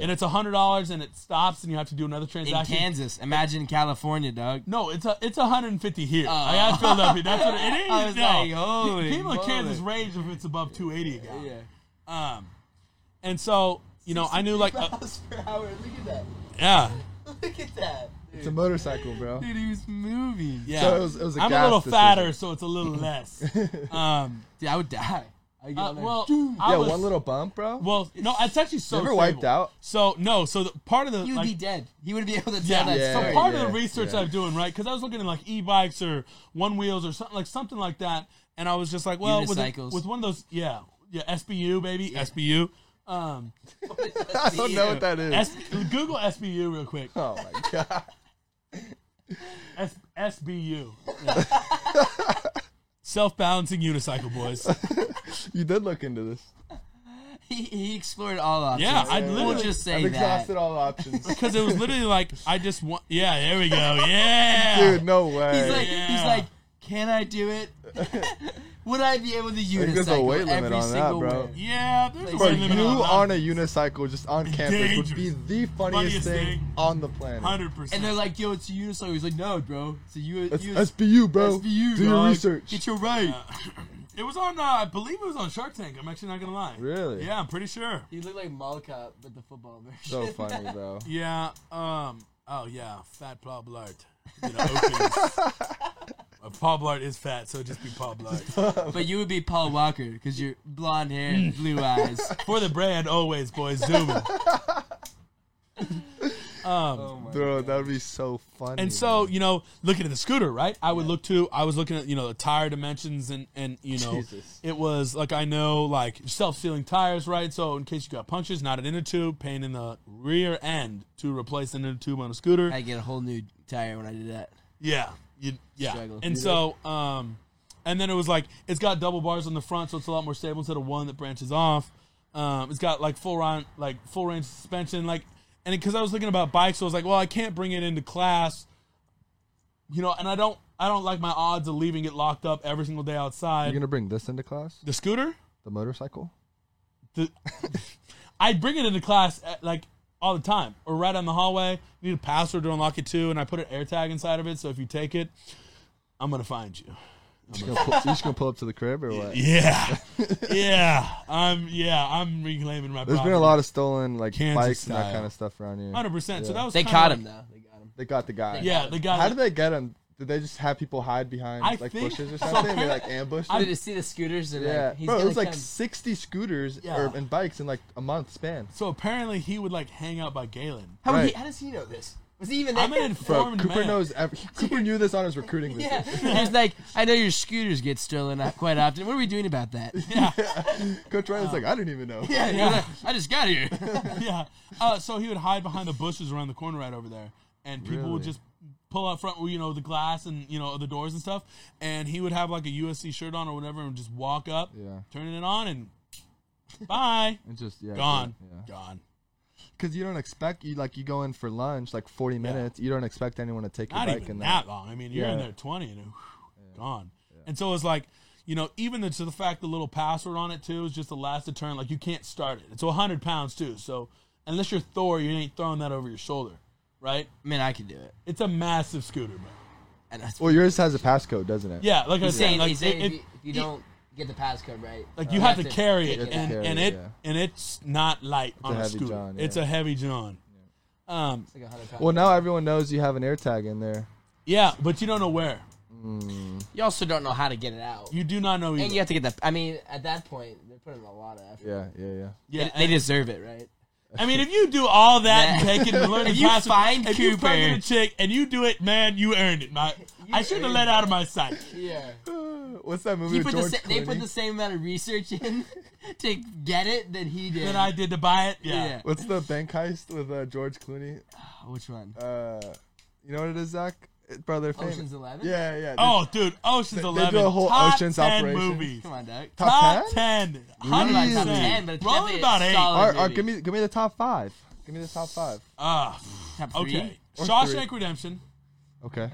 E: and it's a hundred dollars and it stops and you have to do another
F: In
E: transaction
F: Kansas. Imagine California, dog.
E: no, it's a it's 150 here. I got Philadelphia. That's what it is.
F: Oh. I was
E: no.
F: like, holy
E: people in
F: moly.
E: Kansas rage if it's above 280 again. Um, and so you know, I knew like uh,
F: Miles per hour. Look at that.
E: yeah,
F: Look at that.
G: It's a motorcycle, bro.
F: Dude, he was moving.
E: yeah.
G: So it was- it was a
E: I'm a
G: gas
E: little
G: decision.
E: fatter, so it's a little less. Um,
F: Dude, I would die. I get
E: uh,
F: on there.
E: well, I
G: Yeah,
E: was-
G: one little bump, bro.
E: Well, no, it's actually so.
G: You ever
E: stable.
G: wiped out?
E: So no, so the, part of the
F: he would
E: like,
F: be dead. He would be able to
E: yeah,
F: tell that
G: Yeah.
E: so
F: story.
E: part of the
G: yeah,
E: research
G: yeah.
E: I'm doing right because I was looking at like e-bikes or one wheels or something like something like that, and I was just like, well, with, a-
F: Unicycles.
E: with one of those, yeah, yeah, SBU baby, SBU. Um,
G: I don't know what that is.
E: S- Google SBU real quick.
G: oh my god.
E: S- SBU. Self balancing unicycle boys.
G: You did look into this.
F: He, he explored all options.
E: Yeah, I
F: we'll
E: literally
F: just say
G: I've
F: that.
G: exhausted all options.
E: because it was literally like I just want. Yeah, there we go. Yeah,
G: Dude, no way.
F: He's like, he's
E: Yeah.
F: like, can I do it? Would I be able to
G: there's
F: unicycle
G: a weight limit
F: every
G: on that,
F: single
G: bro.
F: way?
E: yeah. There's
G: Bro,
E: a
G: you
E: limit
G: on a unicycle just on campus would be
E: dangerous.
G: the funniest,
E: Funniest
G: thing,
E: thing.
G: on the planet.
E: hundred
F: And they're
E: percent.
F: like, yo, it's a unicycle. He's like, no, bro, it's a U-
G: That's
F: U-
G: SBU, bro.
F: SBU,
G: Do your
F: dog.
G: research.
F: Get your right.
E: It was on. Uh, I believe it was on Shark Tank. I'm actually not gonna lie.
G: Really?
E: Yeah, I'm pretty sure.
F: He looked like Malkop, but the football version.
G: so funny, bro.
E: Yeah. Um. Oh yeah. Fat Paul Blart. You know, Oakley's. Uh, Paul Blart is fat, so just be Paul Blart.
F: But you would be Paul Walker because you're blonde hair and blue eyes.
E: For the brand, always, boys. Zoom. Um,
G: Bro, that would be so funny.
E: and so you know, looking at the scooter, right? I would look to. I was looking at you know the tire dimensions and and you know
G: Jesus.
E: it was like I know like self sealing tires, right? So in case you got punches, not an inner tube, pain in the rear end to replace an inner tube on a scooter.
F: I get a whole new tire when I do that.
E: Yeah. You, yeah.
F: Struggle.
E: And so, um, and then it was like, it's got double bars on the front, so it's a lot more stable instead of one that branches off. Um, it's got like full round, like full range suspension, like, and because I was thinking about bikes, so I was like, well, I can't bring it into class, you know, and I don't, I don't like my odds of leaving it locked up every single day outside.
G: You're gonna bring this into class?
E: the scooter,
G: The motorcycle?
E: the, I bring it into class at, like all the time, or right on the hallway. You need a password to unlock it too, and I put an air tag inside of it. So if you take it, I'm gonna find you.
G: You gonna pull, you just gonna pull up to the crib or what?
E: Yeah, yeah, I'm yeah, I'm reclaiming my.
G: There's been a lot of stolen like
E: Kansas
G: bikes and that
E: style.
G: kind of stuff around here.
E: hundred percent. So that was
F: They
E: kinda
F: caught
E: like-
F: him though. They got him.
G: They got the guy.
E: Yeah, the guy.
G: How did they get him? Did they just have people hide behind
E: I
G: like
E: think-
G: bushes or
E: so
G: something? they like
E: apparently-
G: ambushed.
F: Did
G: them?
F: you see the scooters? They're
G: Yeah,
F: like, he's
G: bro, it
F: gonna
G: was like
F: come.
G: 60 scooters
E: Yeah.
G: or, and bikes in like a month span.
E: so apparently he would like hang out by Galen.
F: How, would he,
G: Right.
F: how does he know this? Was he even there?
E: I'm an
G: Bro,
E: informed
G: Cooper
E: man.
G: knows. Every, Cooper knew this on his recruiting visit.
F: Yeah, he's like, I know your scooters get stolen o- quite often. What are we doing about that?
E: Yeah,
G: Coach Ryan's like, I didn't even know.
F: Yeah,
E: Yeah.
F: I just got here.
E: yeah. Uh, so he would hide behind the bushes around the corner right over there, and people would
G: Really?
E: just pull out front, you know, the glass and you know the doors and stuff. And he would have like a USC shirt on or whatever, and just walk up,
G: Yeah.
E: turning it on, and bye,
G: And just yeah,
E: gone,
G: Yeah,
E: gone.
G: because you don't expect you like you go in for lunch like 40 minutes. You don't expect anyone to take your
E: not
G: bike
E: even
G: and
E: that long. I mean, you're in
G: Yeah.
E: there 20 and whew, gone. And so it's like, you know, even the, to the fact the little password on it too is just the last deterrent. Like you can't start it. It's 100 pounds too. So unless you're Thor, you ain't throwing that over your shoulder, right?
F: Man, I could do it.
E: It's a massive scooter, bro.
F: I know.
G: Well, yours has a passcode, doesn't it?
E: Yeah, like I was saying, like
F: he's saying
E: it-
F: if,
E: it-
F: you, if you don't get the passcode right, uh,
E: like you have to carry it,
F: take
E: and,
F: out.
G: carry
E: and
G: it,
E: it
G: yeah.
E: and it's not light on
G: a
E: a,
G: heavy
E: scooter.
G: John,
E: It's
G: yeah.
E: a heavy John. Um,
F: It's like 100 pounds.
G: Well, now everyone knows you have an AirTag in there.
E: yeah, but you don't know where.
F: you also don't know how to get it out,
E: You do not know either.
F: and you have to get the. I mean, at that point, they're putting a lot of effort.
G: Yeah, yeah, yeah.
E: yeah,
F: They
E: and-
F: deserve it, right?
E: I mean, if you do all that and
F: Man.
E: take it and learn
F: If
E: the
F: you
E: password,
F: find
E: if you fucking
F: Cooper-
E: a chick and you do it, man, you earned it. My, I should have
F: earned
E: let out of my sight.
F: Yeah.
G: What's that movie
F: He
G: with
F: put the
G: George
F: sa- they put
G: Clooney?
F: the same amount of research in to get it that he did.
E: Then I did to buy it. Yeah.
F: yeah.
G: What's the bank heist with uh, George Clooney?
F: Which one?
G: Uh, you know what it is, Zach? It, bro, they're famous.
F: Ocean's Eleven.
G: Yeah, yeah.
E: Oh, dude, Ocean's
G: They- they do a
E: Eleven.
G: whole
E: top
G: Ocean's
E: ten
G: operation.
E: movies.
F: Come on, Doug.
E: Top
G: Top
E: ten.
F: I don't know about top
G: Really?
F: ten, but it's
E: Roll
F: definitely
E: about
F: a
E: eight.
G: All
F: solid
G: right, all right,
F: movie.
G: give me give me the top five. Give me the top five.
E: Ah,
F: Top three?
E: okay.
G: Or
E: Shawshank
G: three.
E: Redemption,
G: Okay.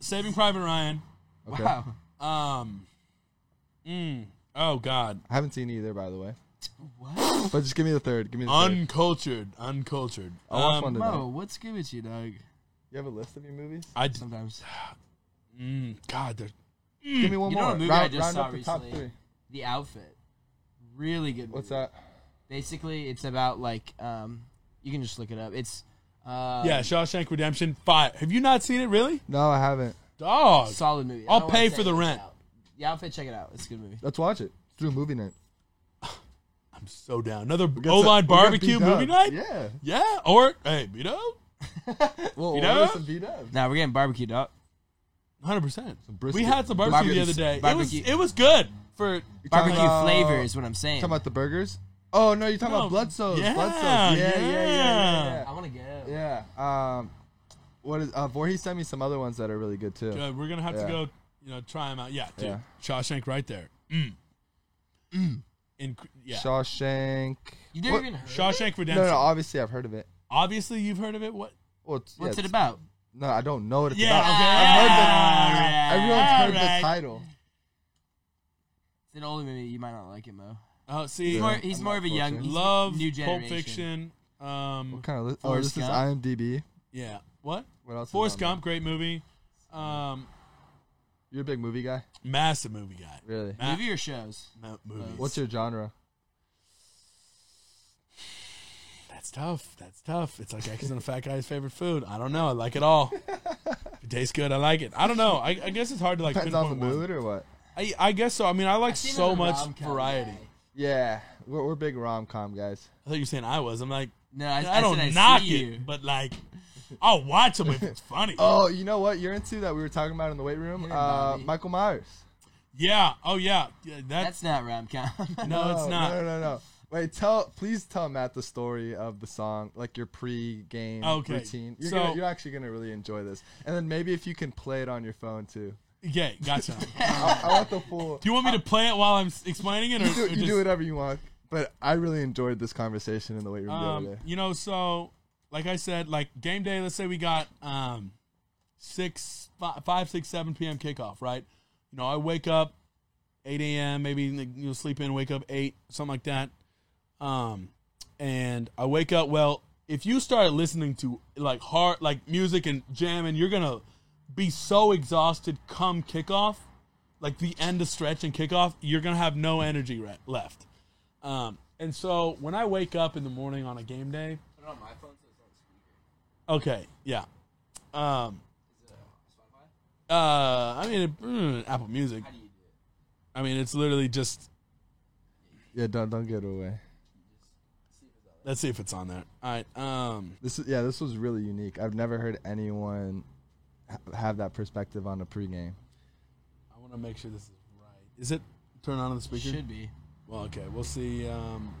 E: Saving Private Ryan.
G: Okay.
F: Wow.
E: Um, mm, oh God,
G: I haven't seen either, by the way.
F: What?
G: But just give me the third. Give me the third.
E: uncultured, uncultured.
G: I watched
E: Um,
G: one today.
F: Mo, what's good with you, Doug?
G: You have a list of your movies?
E: I d-
F: Sometimes
E: mm, God, they're-
G: Give me one
F: Hmm. You know
G: more.
F: what movie
G: round,
F: I just
G: round
F: saw
G: up the top
F: recently?
G: three.
F: the outfit, really good.
G: What's
F: movie.
G: that?
F: Basically, it's about like um, you can just look it up. It's uh,
E: yeah, Shawshank Redemption. Five. Have you not seen it, really?
G: No, I haven't.
E: Dog.
F: solid movie.
E: I'll
F: I don't wanna
E: pay
F: say
E: for the
F: it, check it
E: rent.
F: out. The outfit, check it out. It's a good movie.
G: Let's watch it. Let's do a movie night.
E: I'm so down. Another
G: We got
E: O line
G: some- we got
E: barbecue
G: B-Dub.
E: movie night?
G: Yeah.
E: Yeah, Or, hey, you know,
G: Well,
E: B-Dub?
G: order some B-dub.
F: Now we're getting barbecued up.
E: 100%.
G: brisket.
E: We had some barbecue the
F: Barbecue-
E: other day. It was,
F: barbecue.
E: it was good.
G: for
F: Barbecue
G: talking about-
F: flavor is what I'm saying.
G: Talking about the burgers? Oh no, you're talking
E: No.
G: about blood soaps.
E: Yeah,
G: blood soaps. Yeah, yeah, yeah,
E: yeah.
G: yeah.
F: I want to go.
G: Yeah. yeah. Um, what is? Uh, Voorhees sent me some other ones that are really good too.
E: Uh, we're gonna have to
G: Yeah.
E: go, you know, try him out. Yeah, dude.
G: Yeah.
E: Shawshank right there. Mm. Mm. Inc- yeah.
G: Shawshank.
F: You never
G: What-
F: even heard.
E: Shawshank Redemption.
G: No, no. Obviously, I've heard of it.
E: Obviously, you've heard of it. What?
G: Well, it's, yeah,
F: What's it
G: it's-
F: about?
G: No, I don't know what it's
E: Yeah.
G: about.
E: Okay.
G: I've
E: Alright.
G: Everyone's heard
E: Alright.
G: the title.
F: It's an older movie. You might not like it, Mo.
E: Oh, see,
F: He's more,
E: more
F: he's
G: I'm
F: more
G: not
F: of a
G: close
F: young.
G: yet.
F: he's
E: love
F: new
E: Pulp
F: generation.
E: Fiction. Um,
G: What kind of? Li- oh,
F: Forrest
G: this is
F: Gump?
G: IMDb.
E: yeah. What?
G: What else? is
E: Forrest
G: on there?
E: Gump, great movie. Um,
G: You're a big movie guy,
E: massive movie guy.
G: really.
E: Matt-
F: Movie or shows?
E: Mo- movies.
G: What's your genre?
E: That's tough. That's tough. It's like X and a fat guy's favorite food. I don't know. I like it all. if it tastes good. I like it. I don't know. I, I guess it's hard to like
G: Depends on the
E: pinpoint one.
G: mood or what.
E: I, I guess so. I mean, I like
F: seen
E: so
F: a
E: much
F: rom-com
E: variety.
F: guy.
G: Yeah, we're, we're big rom com guys.
E: I thought you were saying I was. I'm like,
F: No, I,
E: I,
F: I,
E: don't
F: said I
E: knock it,
F: see you.
E: but like, I'll watch them if it's funny.
G: Oh, you know what you're into that we were talking about in the weight room? Uh,
F: Bobby.
G: Michael Myers.
E: Yeah. Oh yeah. yeah that's,
F: That's not rom com.
E: no, it's not.
G: Oh, No, no, no. Wait, tell please tell Matt the story of the song, like your pre-game
E: Okay,
G: routine. You're,
E: so-
G: gonna, you're actually gonna really enjoy this, and then maybe if you can play it on your phone too.
E: Yeah. Gotcha. Do
G: I, I want the full.
E: you want me to play it while I'm s- explaining it, or,
G: You do,
E: or
G: you
E: just,
G: do whatever you want, but I really enjoyed this conversation in the weight room the
E: Um,
G: other day.
E: you know, so like I said, like game day. Let's say we got um, six, fi- five, six, seven p.m. kickoff. Right. You know, I wake up eight a.m. Maybe like, you know, sleep in, wake up eight, something like that. Um, and I wake up. Well, if you start listening to like hard, like music and jamming, you're gonna be so exhausted come kickoff, like the end of stretch and kickoff. You're gonna have no energy re- left. Um, and so when I wake up in the morning on a game day,
F: Put it on my phone so it's on speaker.
E: okay, yeah. Um,
F: Is it Spotify?
E: uh, I mean, it, mm, Apple Music.
F: How do you do it?
E: I mean, it's literally just.
G: Yeah, don't don't get away.
E: Let's see if it's on there. All right. Um,
G: This is, yeah, this was really unique. I've never heard anyone ha- have that perspective on a pregame.
E: I want to make sure this is right. Is it turn on the speaker?
F: Should be.
E: Well, okay. We'll see. Um,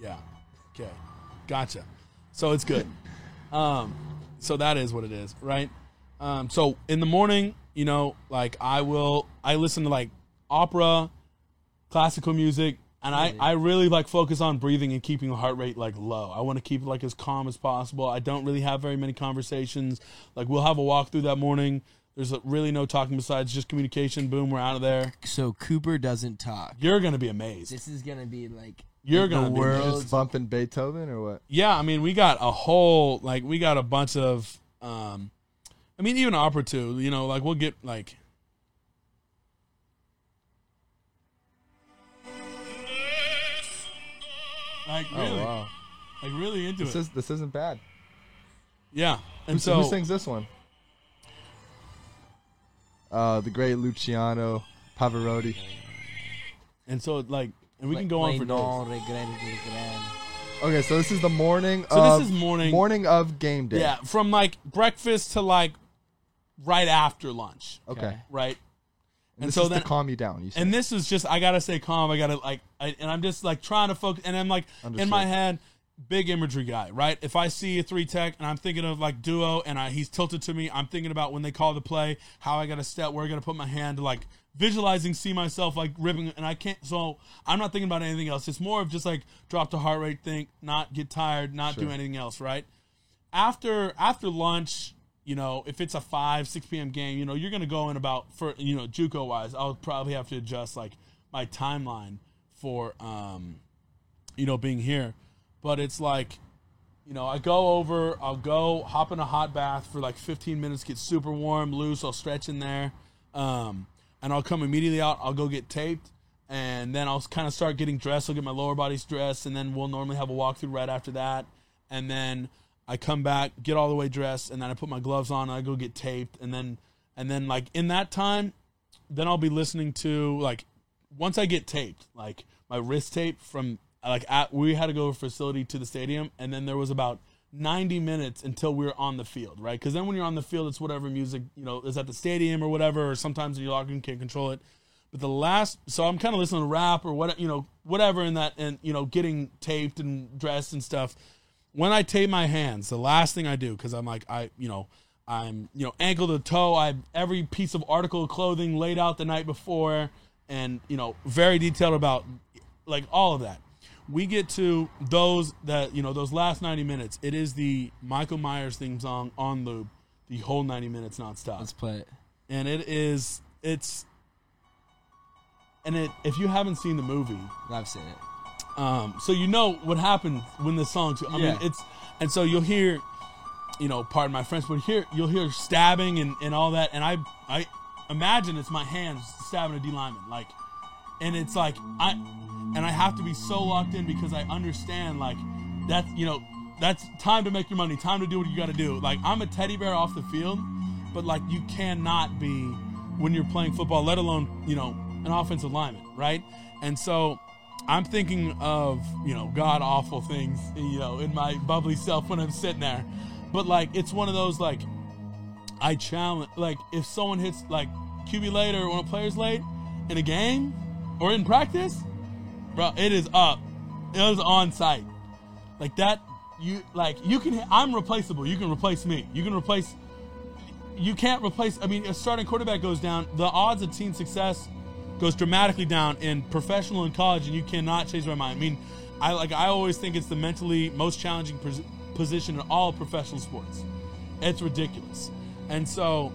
E: yeah. Okay. Gotcha. So it's good. Um, so that is what it is, right? Um, so in the morning, you know, like I will, I listen to like opera, classical music, and I, I really like focus on breathing and keeping the heart rate like low. I want to keep it like as calm as possible. I don't really have very many conversations. Like we'll have a walk through that morning. There's like, really no talking besides just communication. Boom, we're out of there.
F: So Cooper doesn't talk.
E: You're gonna be amazed.
F: This is gonna be like
E: You're
F: the
E: gonna be
F: world.
G: Just bumping Beethoven or what?
E: Yeah, I mean, we got a whole like we got a bunch of, um, I mean, even opera too. You know, like we'll get like. Like really,
G: Oh wow,
E: like really into
G: this
E: it.
G: is this isn't bad.
E: yeah, and
G: So
E: so
G: who sings this one? Uh, the great Luciano Pavarotti.
E: and so like, and we
F: like,
E: can go on
F: play
E: for days.
F: no regret, regret.
G: Okay, so this is the morning.
E: So
G: of,
E: this is morning.
G: Morning of game day.
E: Yeah, from like breakfast to like right after lunch,
G: Okay.
F: Okay.
E: right?
G: And, so then, to calm you down. You said.
E: And this is just I gotta stay calm. I gotta like, I, and I'm just like trying to focus. And I'm like in
G: Understood.
E: my head, big imagery guy, right? If I see a three tech and I'm thinking of like duo, and I, he's tilted to me, I'm thinking about when they call the play, how I gotta step, where I gotta put my hand, like visualizing, see myself like ripping, and I can't. So I'm not thinking about anything else. It's more of just like drop the heart rate, think, not get tired, not do
G: Sure.
E: anything else, right? after after lunch, you know, if it's a five six p.m. game, you know, you're gonna go in about for you know JUCO wise, I'll probably have to adjust like my timeline for um, you know, being here. But it's like, you know, I go over, I'll go hop in a hot bath for like 15 minutes, get super warm, loose, I'll stretch in there, um, and I'll come immediately out. I'll go get taped. And then I'll kind of start getting dressed. I'll get my lower bodies dressed, and then we'll normally have a walkthrough right after that and then I come back, get all the way dressed, and then I put my gloves on, and I go get taped, and then and then like in that time, then I'll be listening to like once I get taped, like my wrist tape from like at, we had to go over facility to the stadium, and then there was about 90 minutes until we were on the field, right? Because then when you're on the field, it's whatever music, you know, is at the stadium or whatever, or sometimes in your locker room can't control it. But the last, so I'm kind of listening to rap or what, you know, whatever in that, and, you know, getting taped and dressed and stuff. When I tape my hands, the last thing I do, because I'm like, I, you know, I'm, you know, ankle to toe. I have every piece of article of clothing laid out the night before and, you know, very detailed about like all of that we get to those that you know those last 90 minutes it is the michael myers theme song on loop the whole 90 minutes nonstop
F: Let's play it.
E: and it is it's and it if you haven't seen the movie
F: I've seen it.
E: um so you know what happened when the song i mean
F: Yeah.
E: it's and so you'll hear you know pardon my french but here you'll hear stabbing and and all that and i i imagine it's my hands stabbing a d lineman like and it's like I and I have to be so locked in because I understand like that's you know that's time to make your money, time to do what you got to do. Like I'm a teddy bear off the field, but like you cannot be when you're playing football, let alone you know an offensive lineman, right? And so I'm thinking of you know god awful things, you know, in my bubbly self when I'm sitting there, but like it's one of those like I challenge like if someone hits like QB late or when a player's late in a game or in practice, bro, it is up. It is on site. Like that you like you can I'm replaceable. You can replace me. You can replace you can't replace I mean a starting quarterback goes down, the odds of team success goes dramatically down in professional and college and you cannot change my mind. I mean, I like I always think it's the mentally most challenging pos- position in all professional sports. It's ridiculous. And so,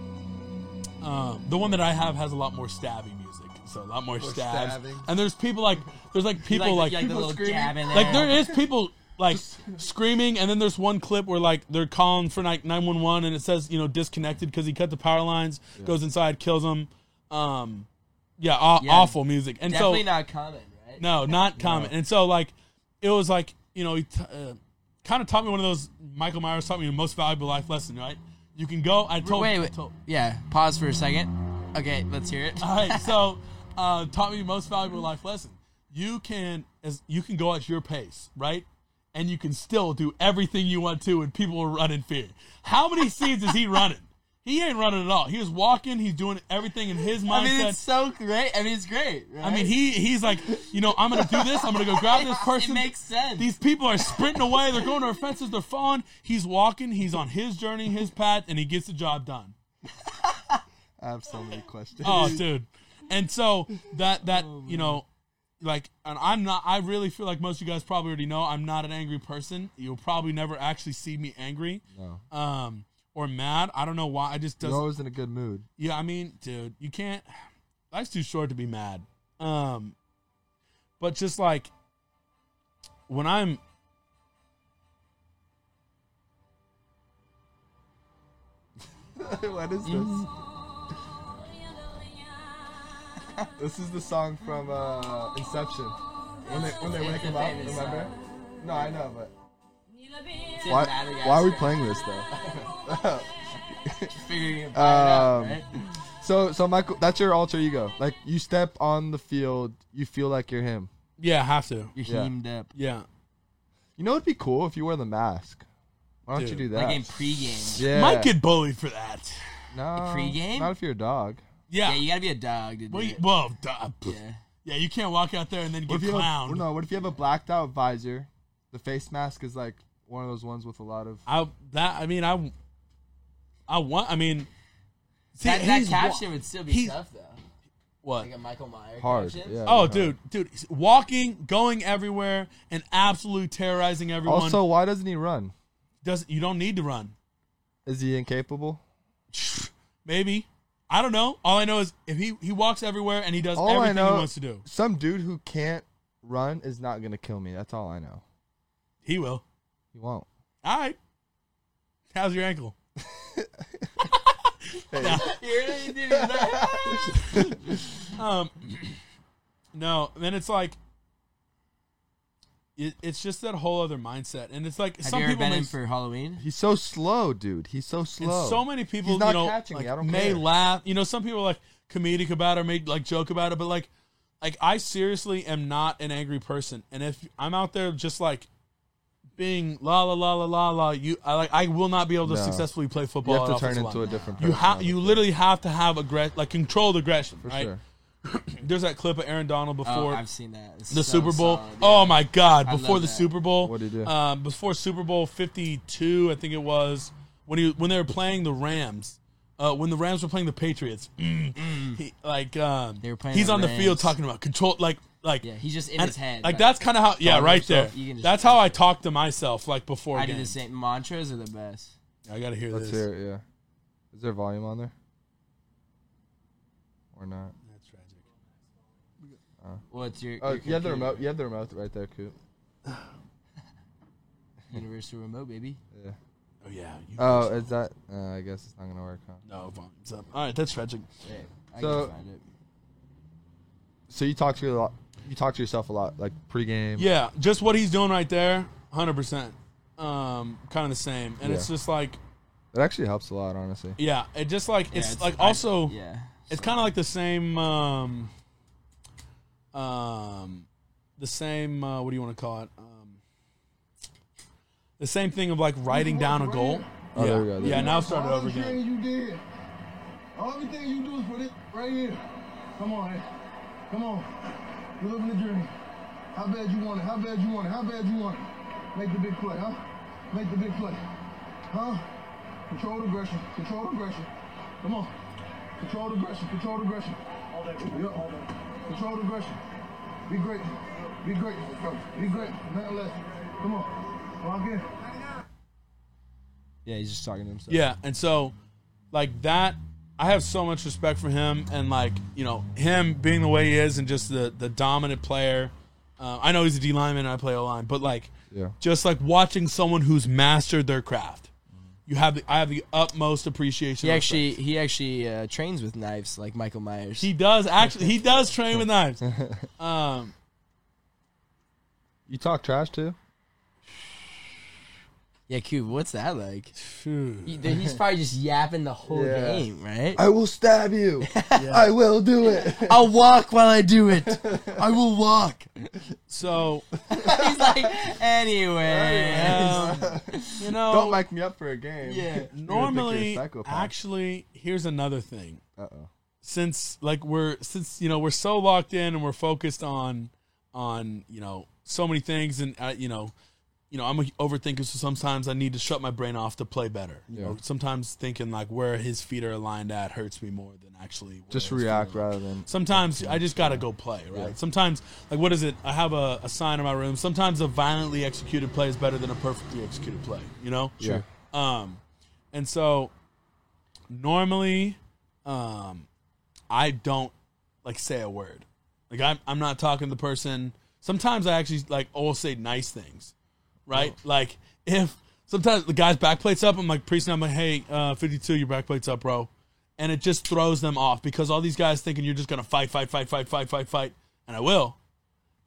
E: uh, the one that I have has a lot more stabby music, so a lot more, stabs.
G: stabbing.
E: And there's people like there's like people like
F: the little jab in
E: like there is people like screaming, and then there's one clip where like they're calling for like nine one one, and it says you know disconnected because he cut the power lines, goes inside, kills him. Um, yeah, aw-
F: Yeah.
E: awful music. And
F: Definitely
E: so
F: not common, right?
E: no, not common. And so like, it was like you know, he t- uh, kind of taught me one of those Michael Myers taught me the most valuable life lesson, right? You can go. I told
F: Wait, wait.
E: told- Oh,
F: Yeah, pause for a second. Okay, let's hear it.
E: All right, so uh, taught me most valuable life lesson. You can as you can go at your pace, right? And you can still do everything you want to, and people will run in fear. How many seeds is he running? He ain't running at all. He was walking. He's doing everything in his mindset.
F: I mean, it's so great. I mean, it's great.
E: I mean,
F: right?
E: he he's like, you know, I'm gonna do this. I'm gonna go grab this person.
F: It makes sense.
E: These people are sprinting away. They're going to our fences. They're falling. He's walking. He's on his journey, his path, and he gets the job done.
G: I have so many questions.
E: Oh, dude. And so that that
G: Oh,
E: you know, like, and I'm not. I really feel like most of you guys probably already know I'm not an angry person. You'll probably never actually see me angry,
G: No.
E: um, or mad. I don't know why. I just
G: You're
E: doesn't.
G: always in a good mood.
E: Yeah, I mean, dude, you can't. Life's too short to be mad. Um, but just like when I'm.
G: what is this? this is the song from uh, Inception. When they when they
F: It's
G: wake
F: a
G: him up,
F: famous
G: remember? No, I know, but
F: It's in
G: why
F: Madagascar.
G: why are we playing this though?
F: figuring it out,
G: Um,
F: right?
G: So so Michael, that's your alter ego. Like you step on the field, you feel like you're him.
E: Yeah, I have to.
F: You're
G: yeah.
F: heamed up.
E: Yeah.
G: You know it'd be cool if you wear the mask. Why don't
E: Dude.
G: you do that?
F: Like in pregame.
G: yeah.
E: Might get bullied for that.
G: no,
F: pregame?
G: Not if you're a dog.
E: Yeah.
F: Yeah, you gotta be a dog to do
E: Well, you-
F: it.
E: well, duh.
F: Yeah.
E: yeah, you can't walk out there and then
G: What
E: get
G: if you have,
E: clowned.
G: no, what if you have a blacked out visor? The face mask is like one of those ones with a lot of.
E: I that I mean I I want I mean see,
F: that that
E: he's wa-
F: caption would still be
E: he's-
F: tough though.
E: what
F: Like a Michael Myers
G: Hard,
F: caption.
G: yeah.
E: oh dude dude he's walking going everywhere and absolutely terrorizing everyone
G: Also, why doesn't he run?
E: doesn't you don't need to run
G: Is he incapable?
E: maybe I don't know all I know is if he he walks everywhere and he does
G: All I
E: everything
G: know,
E: he wants to do
G: some dude who can't run is not gonna kill me. That's all I know.
E: he will
G: He won't.
E: all right how's your ankle
F: You really did that.
E: Um, no, and then it's like it, it's just that whole other mindset, and it's like
F: Have
E: some
F: you ever
E: people
F: been
E: may,
F: in for Halloween?
G: He's so slow, dude. He's so
E: and
G: slow.
E: so many people
G: He's not
E: you know
G: catching
E: like,
G: me. I don't
E: may
G: care.
E: laugh. You know, some people are like comedic about it, or may like joke about it, but like, like I seriously am not an angry person, and if I'm out there just like being la la la la la la. You, I like, I will not be able to
G: No.
E: successfully play football.
G: You have to
E: at
G: turn
E: offensive
G: into a
E: line.
G: different
E: You
G: person.
E: have, you literally have to have aggress, like controlled aggression,
G: for
E: right?
G: sure.
E: There's that clip of Aaron Donald
F: Oh,
E: before
F: I've seen that. It's
E: the
F: so
E: Super Bowl.
F: solid, yeah.
E: Oh my God!
F: I
E: Before
F: love
E: the
F: that.
E: Super Bowl,
G: What'd he do?
E: Um, before Super Bowl Fifty Two, I think it was when he when they were playing the Rams. Uh, when the Rams were playing the Patriots, Mm. he, like um,
F: They were playing
E: he's
F: the
E: on the field
F: Rams.
E: talking about control, like like
F: Yeah, he's just in
E: and-
F: his head.
E: Like that's kind of how, yeah, right
F: yourself.
E: there.
F: You can just-
E: that's how I talk to myself, like before
F: I do the
E: games.
F: same. Mantras are the best.
E: I gotta hear
G: Let's
E: this.
G: hear it. Yeah. Is there volume on there? Or not?
E: That's tragic.
F: What's your?
G: Oh,
F: your
G: you have the
F: computer?
G: remote. You have the remote right there, Coop.
F: Universal remote, baby.
G: Yeah.
E: Oh yeah. You
G: Oh, is that? Uh, I guess it's not gonna work, huh?
E: no, volume's up. All right, that's tragic.
F: Yeah, I
G: So-
F: can find it.
G: So you talk to your lot. You talk to yourself a lot, like pregame.
E: Yeah, just what he's doing right there, hundred percent. Um, kind of the same, and it's
G: Yeah.
E: just like,
G: It actually helps a lot, honestly.
E: yeah, it just like it's,
F: it's-
E: like
F: I-
E: also
F: Yeah.
E: it's kind of like the same, um, um, the same. Uh, what do you want to call it? Um, the same thing of like writing down a goal.
G: Oh,
E: yeah,
G: there we go, there
E: yeah.
G: we go.
E: Now start it over
D: All the
E: again.
D: things you did. All the things you do is for this right here. Come on, eh? come on. We're living the dream. How bad you want it? How bad you want it? How bad you want it? Make the big play, huh? Make the big play, huh? Control aggression. Control aggression. Come on. Control aggression. Control aggression. All that. Yep. All that. Control aggression. Be great. Be great. Be great. Nothing less. Come on. Lock in.
G: Yeah, he's just talking to himself.
E: Yeah, and so like that I have so much respect for him and like, you know, him being the way he is and just the the dominant player. Uh, I know he's a D lineman and I play O line, but like
G: Yeah.
E: just like watching someone who's mastered their craft. You have the I have the utmost appreciation.
F: He
E: of
F: actually
E: that.
F: he actually uh, trains with knives like Michael Myers.
E: he does actually he does train with knives. Um
G: You talk trash too.
F: yeah, Cube. What's that like? He- th- he's probably just yapping the whole
G: Yeah.
F: game, right?
G: I will stab you. I will do it.
F: I'll walk while I do it. I will walk.
E: so
F: He's like, anyway.
E: um, you know
G: Don't mic me up for a game.
F: Yeah.
E: normally
G: You're a psychopath.
E: actually here's another thing.
G: Uh oh.
E: since like we're since you know we're so locked in and we're focused on on you know so many things and uh, you know you know I'm an overthinker so sometimes I need to shut my brain off to play better. You know,
G: Yeah.
E: sometimes thinking like where his feet are aligned at hurts me more than actually where
G: Just
E: his feet
G: react
E: are aligned.
G: rather than.
E: Sometimes I just gotta go play, right? Sometimes like what is it? I have a, a sign in my room. Sometimes a violently executed play is better than a perfectly executed play. You know?
G: Sure.
E: Um, and so normally, um, I don't like say a word. Like I'm, I'm not talking to the person. Sometimes I actually like all say nice things, right? Like if sometimes the guy's back plates up, I'm like preaching. I'm like, hey, uh, 52, your back plates up, bro, and it just throws them off because all these guys thinking you're just gonna fight, fight, fight, fight, fight, fight, fight, and I will,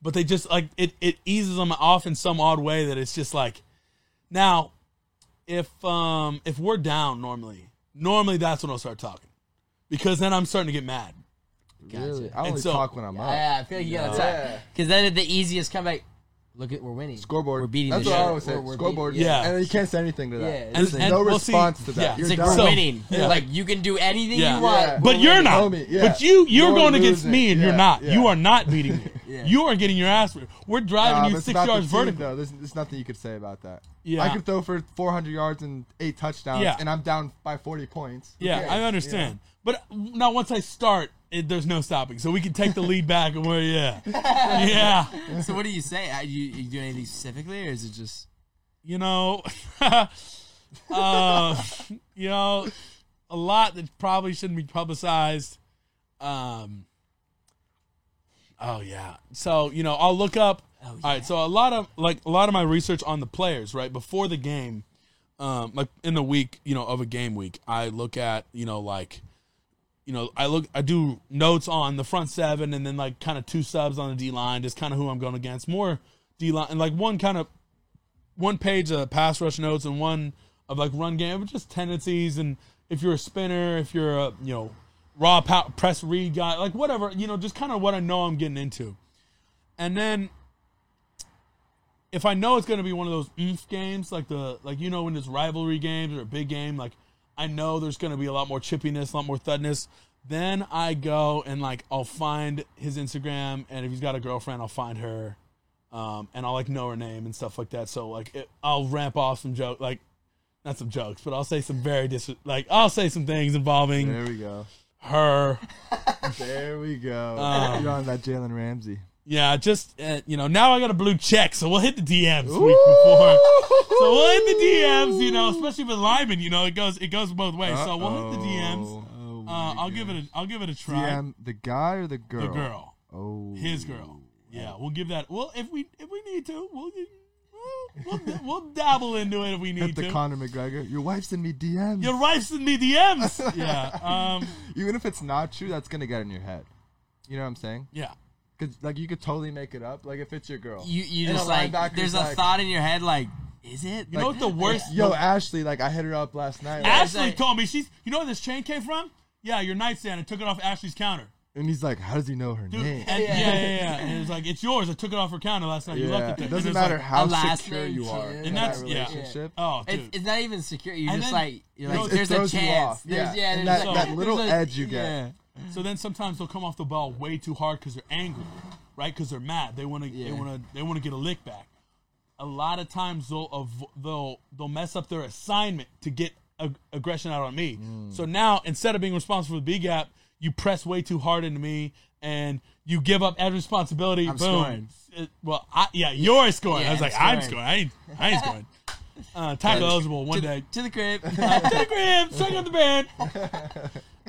E: but they just like it, it eases them off in some odd way that it's just like, now if um if we're down normally, normally that's when I'll start talking. Because then I'm starting to get mad.
G: Really? I
E: And
G: only
E: so-
G: talk when I'm up.
F: Yeah, I feel like you gotta talk because then the easiest comeback. Look at we're winning.
G: Scoreboard.
F: We're beating
G: That's
F: the
G: what
F: show.
G: I always say.
F: We're- we're
G: Scoreboard.
F: beating-
E: Yeah.
G: And then you can't say anything to that.
F: Yeah,
G: There's
F: and-
E: and-
G: no
E: well, see,
G: response to that.
E: yeah.
G: You're
F: It's like
G: done.
F: we're
E: So-
F: winning.
E: yeah.
F: Like you can do anything
E: Yeah.
F: you want.
G: Yeah.
E: But
F: we're
E: you're
F: winning.
E: not.
G: Homie, yeah.
E: But you you're,
G: You're
E: going against
G: losing.
E: me and you're
G: Yeah,
E: not. You
G: yeah.
E: are not beating me.
F: Yeah.
E: You are getting your ass beat. We're driving
G: Nah,
E: you
G: but it's
E: six
G: about the
E: yards
G: team,
E: vertical.
G: though. There's, there's nothing you could say about that.
E: Yeah.
G: I could throw for 400 yards and eight touchdowns,
E: Yeah.
G: and I'm down by 40 points. Who
E: Yeah,
G: cares?
E: I understand. But now once I start, it, there's no stopping. So we can take the lead back and we're yeah. yeah.
F: So what do you say? Are you, you do anything specifically, or is it just
E: You know uh, you know, a lot that probably shouldn't be publicized. Um, oh yeah. So you know, I'll look up. All right. So a lot of like a lot of my research on the players right before the game, um, like in the week, you know, of a game week, I look at you know like. You know, I look, I do notes on the front seven, and then like kind of two subs on the D line, just kind of who I'm going against. More D line, and like one kind of one page of pass rush notes and one of like run game, but just tendencies and if you're a spinner, if you're a you know raw pow- press read guy, like whatever, you know, just kind of what I know I'm getting into, and then if I know it's going to be one of those oomph games, like the like you know when there's rivalry games or a big game, like I know there's going to be a lot more chippiness, a lot more thudness. Then I go and like I'll find his Instagram, and if he's got a girlfriend, I'll find her, um, and I'll like know her name and stuff like that. So like it, I'll ramp off some joke, like not some jokes, but I'll say some very dis like I'll say some things involving
G: There we go.
E: her.
G: There we go.
E: Um,
G: You're on that Jalen Ramsey.
E: Yeah, just uh, you know, now I got a blue check, so we'll hit the DMs week before. So we'll hit the DMs, you know, especially with Lyman, you know, it goes it goes both ways. So we'll hit the DMs.
G: Oh,
E: Uh, I'll give it a I'll give it a try.
G: DM the guy or the girl?
E: the girl,
G: Oh,
E: his girl. Yeah, we'll give that. Well, if we if we need to, we'll we'll, we'll, we'll dabble into it if we
G: Hit
E: need
G: the
E: to.
G: Conor McGregor. Your wife's in me DMs.
E: Your wife's in me DMs. yeah. Um.
G: Even if it's not true, that's gonna get in your head. You know what I'm saying?
E: Yeah.
G: Cause like you could totally make it up. Like if it's your girl,
F: You you
G: And a
F: just like
G: linebacker's
F: there's a
G: like-
F: thought in your head like, is it?
E: You know what the worst?
G: yo Ashley, like I hit her up last night,
F: Yeah.
E: Ashley
F: like-
E: told me she's. You know where this chain came from? Yeah, your nightstand. I took it off Ashley's counter.
G: and he's like, how does he know her
E: Dude,
G: name?
E: and- yeah, yeah, yeah. And it was like, it's yours. I took it off her counter last night. You
G: Yeah,
E: left it there.
G: it
E: And
G: doesn't
E: it's
G: matter
E: like,
G: how
F: a last
G: secure
F: name
G: you
F: too,
G: are
F: yeah.
G: in
E: And
G: that
E: that's- yeah.
G: relationship.
E: oh, dude.
F: It's, it's not even secure. You're
E: And
F: just
E: then-
F: like you're
E: No,
F: like
E: it
F: there's a
G: throws you
F: chance.
G: off.
F: There's
G: Yeah,
F: yeah,
G: and
F: there's
G: that-
F: a-
G: that little
F: there's
G: edge you get.
F: yeah.
E: so then sometimes they'll come off the ball way too hard because they're angry, right? Because they're mad. They want to. They
F: Yeah.
E: want to. They want to get a lick back. A lot of times they'll avo- they'll they'll mess up their assignment to get ag- aggression out on me.
F: Mm.
E: So now instead of being responsible for the B gap, you press way too hard into me and you give up every responsibility. Boom.
F: I'm scoring.
E: It- well, I, yeah, you're scoring. I
F: Yeah,
E: was
F: I'm
E: like, I'm
F: scoring.
E: scoring. I ain't, I ain't scoring. Uh, tackle eligible one
F: to,
E: day
F: to the crib.
E: to the crib, check out the band.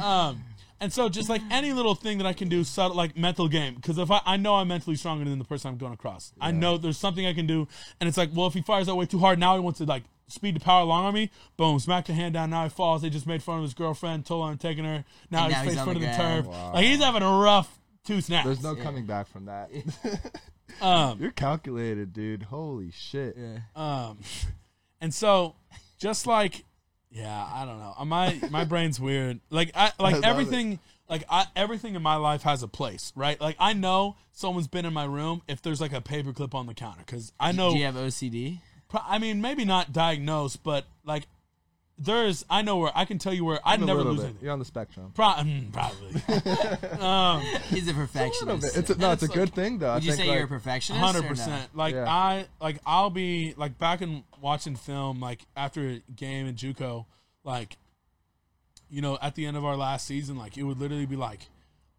E: Um, and so just like any little thing that I can do, subtle, like mental game, because if I, I know I'm mentally stronger than the person I'm going across, I know there's something I can do, and it's like, well, if he fires that way too hard, now he wants to like speed the power along on me. Boom, smack the hand down. Now he falls. They just made fun of his girlfriend, told her I'm taking her. Now
F: And
E: he's
F: now
E: face
F: he's on
E: front of
F: the
E: the
F: ground.
E: turf. Like he's having a rough two snaps.
G: There's no coming back from that.
E: um,
G: You're calculated, dude. Holy shit.
E: um, and so just like. Yeah, I don't know. Uh, My my brain's weird. Like I
G: I
E: like
G: love
E: everything like I, everything in my life has a place, right? Like I know someone's been in my room if there's like a paperclip on the counter cuz I know
F: Do you have OCD?
E: pro- I mean maybe not diagnosed, but like there's I know where I can tell you where I'd
G: A
E: never
G: little
E: lose
G: bit.
E: anything.
G: You're on the spectrum.
E: Pro- mm, probably. um
F: He's a
G: A little bit.
F: perfectionist.
G: It's a, no,
E: And
G: it's a
E: it's
G: good
E: like-
G: thing though. I
F: Would you
G: think,
F: say
G: like,
F: you're a perfectionist?
E: hundred
F: or not?
E: percent. Like
G: Yeah.
E: I like I'll be like back and watching film like after a game in JUCO, like you know at the end of our last season, like it would literally be like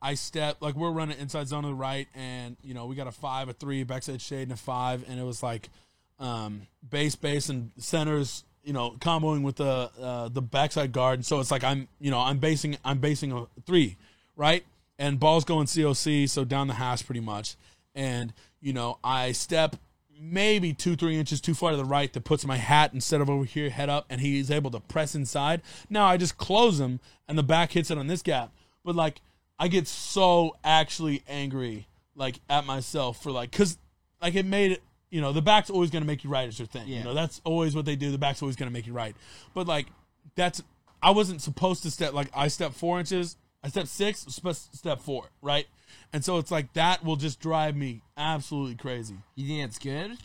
E: I step like we're running inside zone to the right, and you know we got a five, a three, backside shade, and a five, and it was like um, base, base, and centers. You know, comboing with the uh, the backside guard, and so it's like I'm, you know, I'm basing I'm basing a three, right? And balls going COC, so down the hash pretty much, and you know I step maybe two three inches too far to the right that puts my hat instead of over here head up, and he's able to press inside. Now I just close him, and the back hits it on this gap, but like I get so actually angry like at myself for like cuz like it made it you know the back's always going to make you right is their thing you know that's always what they do the back's always going to make you right but like that's I wasn't supposed to step like I stepped 4 inches I stepped 6 sp- step 4 right and so it's like that will just drive me absolutely crazy
F: You think that's good?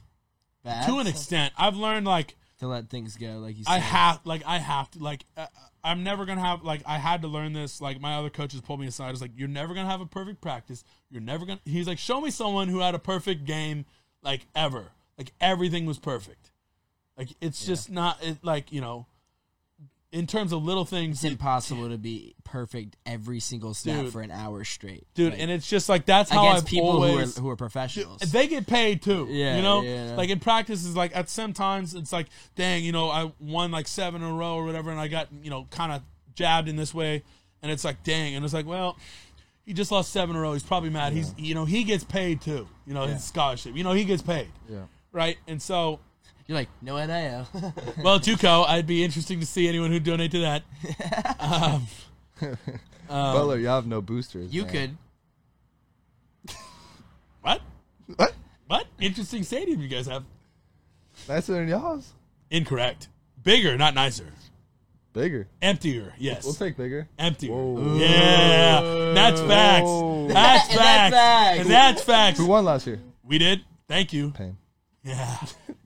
F: Bad?
E: to an extent I've learned like
F: To let things go, like you said.
E: I have like I have to like uh, I'm never gonna have like I had to learn this. Like my other coaches pulled me aside. It's like you're never gonna have a perfect practice. You're never gonna. He's like, show me someone who had a perfect game like ever. Like everything was perfect. Like it's just not it, like you know. In terms of little things,
F: It's impossible to be perfect every single snap
E: Dude.
F: for an hour straight,
E: dude,
F: Like,
E: and it's just like that's how
F: against
E: I've
F: people
E: always
F: who are who are professionals.
E: They get paid too.
F: Yeah,
E: you know,
F: yeah.
E: like in practices, like at some times it's like, dang, you know, I won like seven in a row or whatever, and I got you know kind of jabbed in this way, and it's like, dang, and it's like, well, he just lost seven in a row. He's probably mad. He's you know he gets paid too. You know his scholarship. You know he gets paid.
G: Yeah.
E: Right, and so
F: You're like no nil.
E: well, JUCO, I'd be interesting to see anyone who donate to that. Um,
G: Butler, you have no boosters.
F: you
G: man.
F: could.
E: What? What? Interesting stadium you guys have.
G: Nicer than y'all's.
E: Incorrect. Bigger, not nicer.
G: Bigger.
E: Emptier. Yes.
G: We'll take bigger.
E: Empty.
G: Whoa.
E: Yeah, that's facts.
G: Whoa.
E: That's
F: And that's
E: facts.
F: facts.
E: And that's facts.
G: Who won last year?
E: We did. Thank you.
G: Pain.
E: Yeah,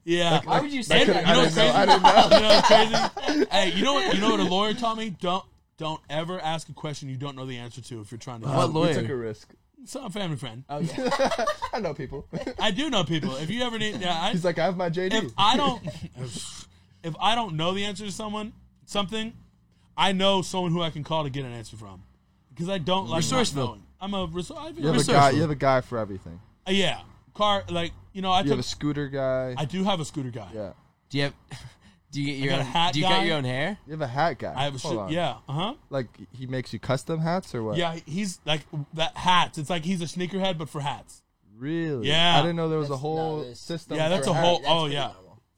E: yeah.
F: Why would you say
E: And
F: that?
E: you know what's
G: didn't know,
E: crazy?
G: I didn't know.
E: You know what's crazy? hey, you know what? You know what a lawyer taught me? Don't don't ever ask a question you don't know the answer to if you're trying to.
F: What
E: help.
G: We
F: lawyer?
G: took a risk.
E: Some family friend.
F: Oh, yeah.
G: I know people.
E: I do know people. If you ever need, yeah, I,
G: He's like, I have my JD.
E: if I don't, if I don't know the answer to someone something, I know someone who I can call to get an answer from, because I don't like not
F: Resourceful.
E: knowing. I'm a resourceful.
G: you have a guy. You have a guy for everything.
E: yeah, car like you know I
G: You
E: took.
G: have a scooter guy.
E: I do have a scooter guy.
G: yeah.
F: Do you have? Do you get your
E: got a
F: own?
E: hat
F: do you
E: guy.
F: cut your own hair?
G: You have a hat guy.
E: I have a
G: Hold
E: shoe.
G: on.
E: Yeah. Uh huh.
G: Like he makes you custom hats or what?
E: Yeah, he's like that hats. It's like he's a sneakerhead, but for hats.
G: Really?
E: Yeah.
G: I didn't know there was a
F: That's
G: whole
F: not this-
G: system.
E: Yeah, that's
G: for
E: a
G: hats.
E: whole- oh, yeah.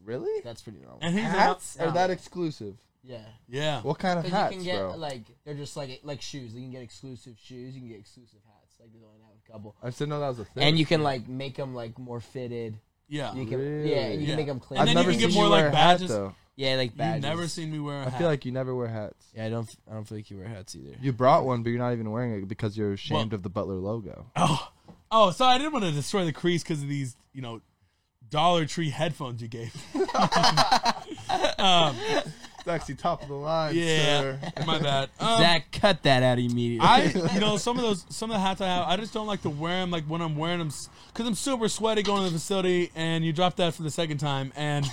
G: Really?
F: That's pretty normal.
E: And he's
G: hats
F: not-
G: are that exclusive?
F: yeah.
E: yeah,
G: What kind of
F: Because
G: hats,
F: you can get
G: bro?
F: like they're just like like shoes. You can get exclusive shoes. You can get exclusive hats. Like they're going out with a couple.
G: I just didn't know that was a thing.
F: And you can like make them like more fitted.
E: yeah.
F: You can
G: Really?
F: yeah, and
E: Yeah.
F: you can make them clean.
E: And
G: I've
E: then
G: never
E: you can get
G: seen
E: more,
G: you
E: like,
G: wear a hat,
E: badges.
G: though.
F: yeah, like
E: You've
F: badges.
E: never seen me wear a
G: I
E: hat.
G: feel like you never wear hats.
F: Yeah, I don't. I don't feel like you wear hats either.
G: You brought one, but you're not even wearing it because you're ashamed
E: Well-
G: of the Butler logo.
E: oh, oh. So I didn't want to destroy the crease because of these, you know, Dollar Tree headphones you gave. me.
G: It's actually top of the line,
E: Yeah, my bad. Um,
F: Zach, cut that out immediately.
E: I, you know, some of those, some of the hats I have, I just don't like to wear them. Like when I'm wearing them, because I'm super sweaty going to the facility, and you drop that for the second time, and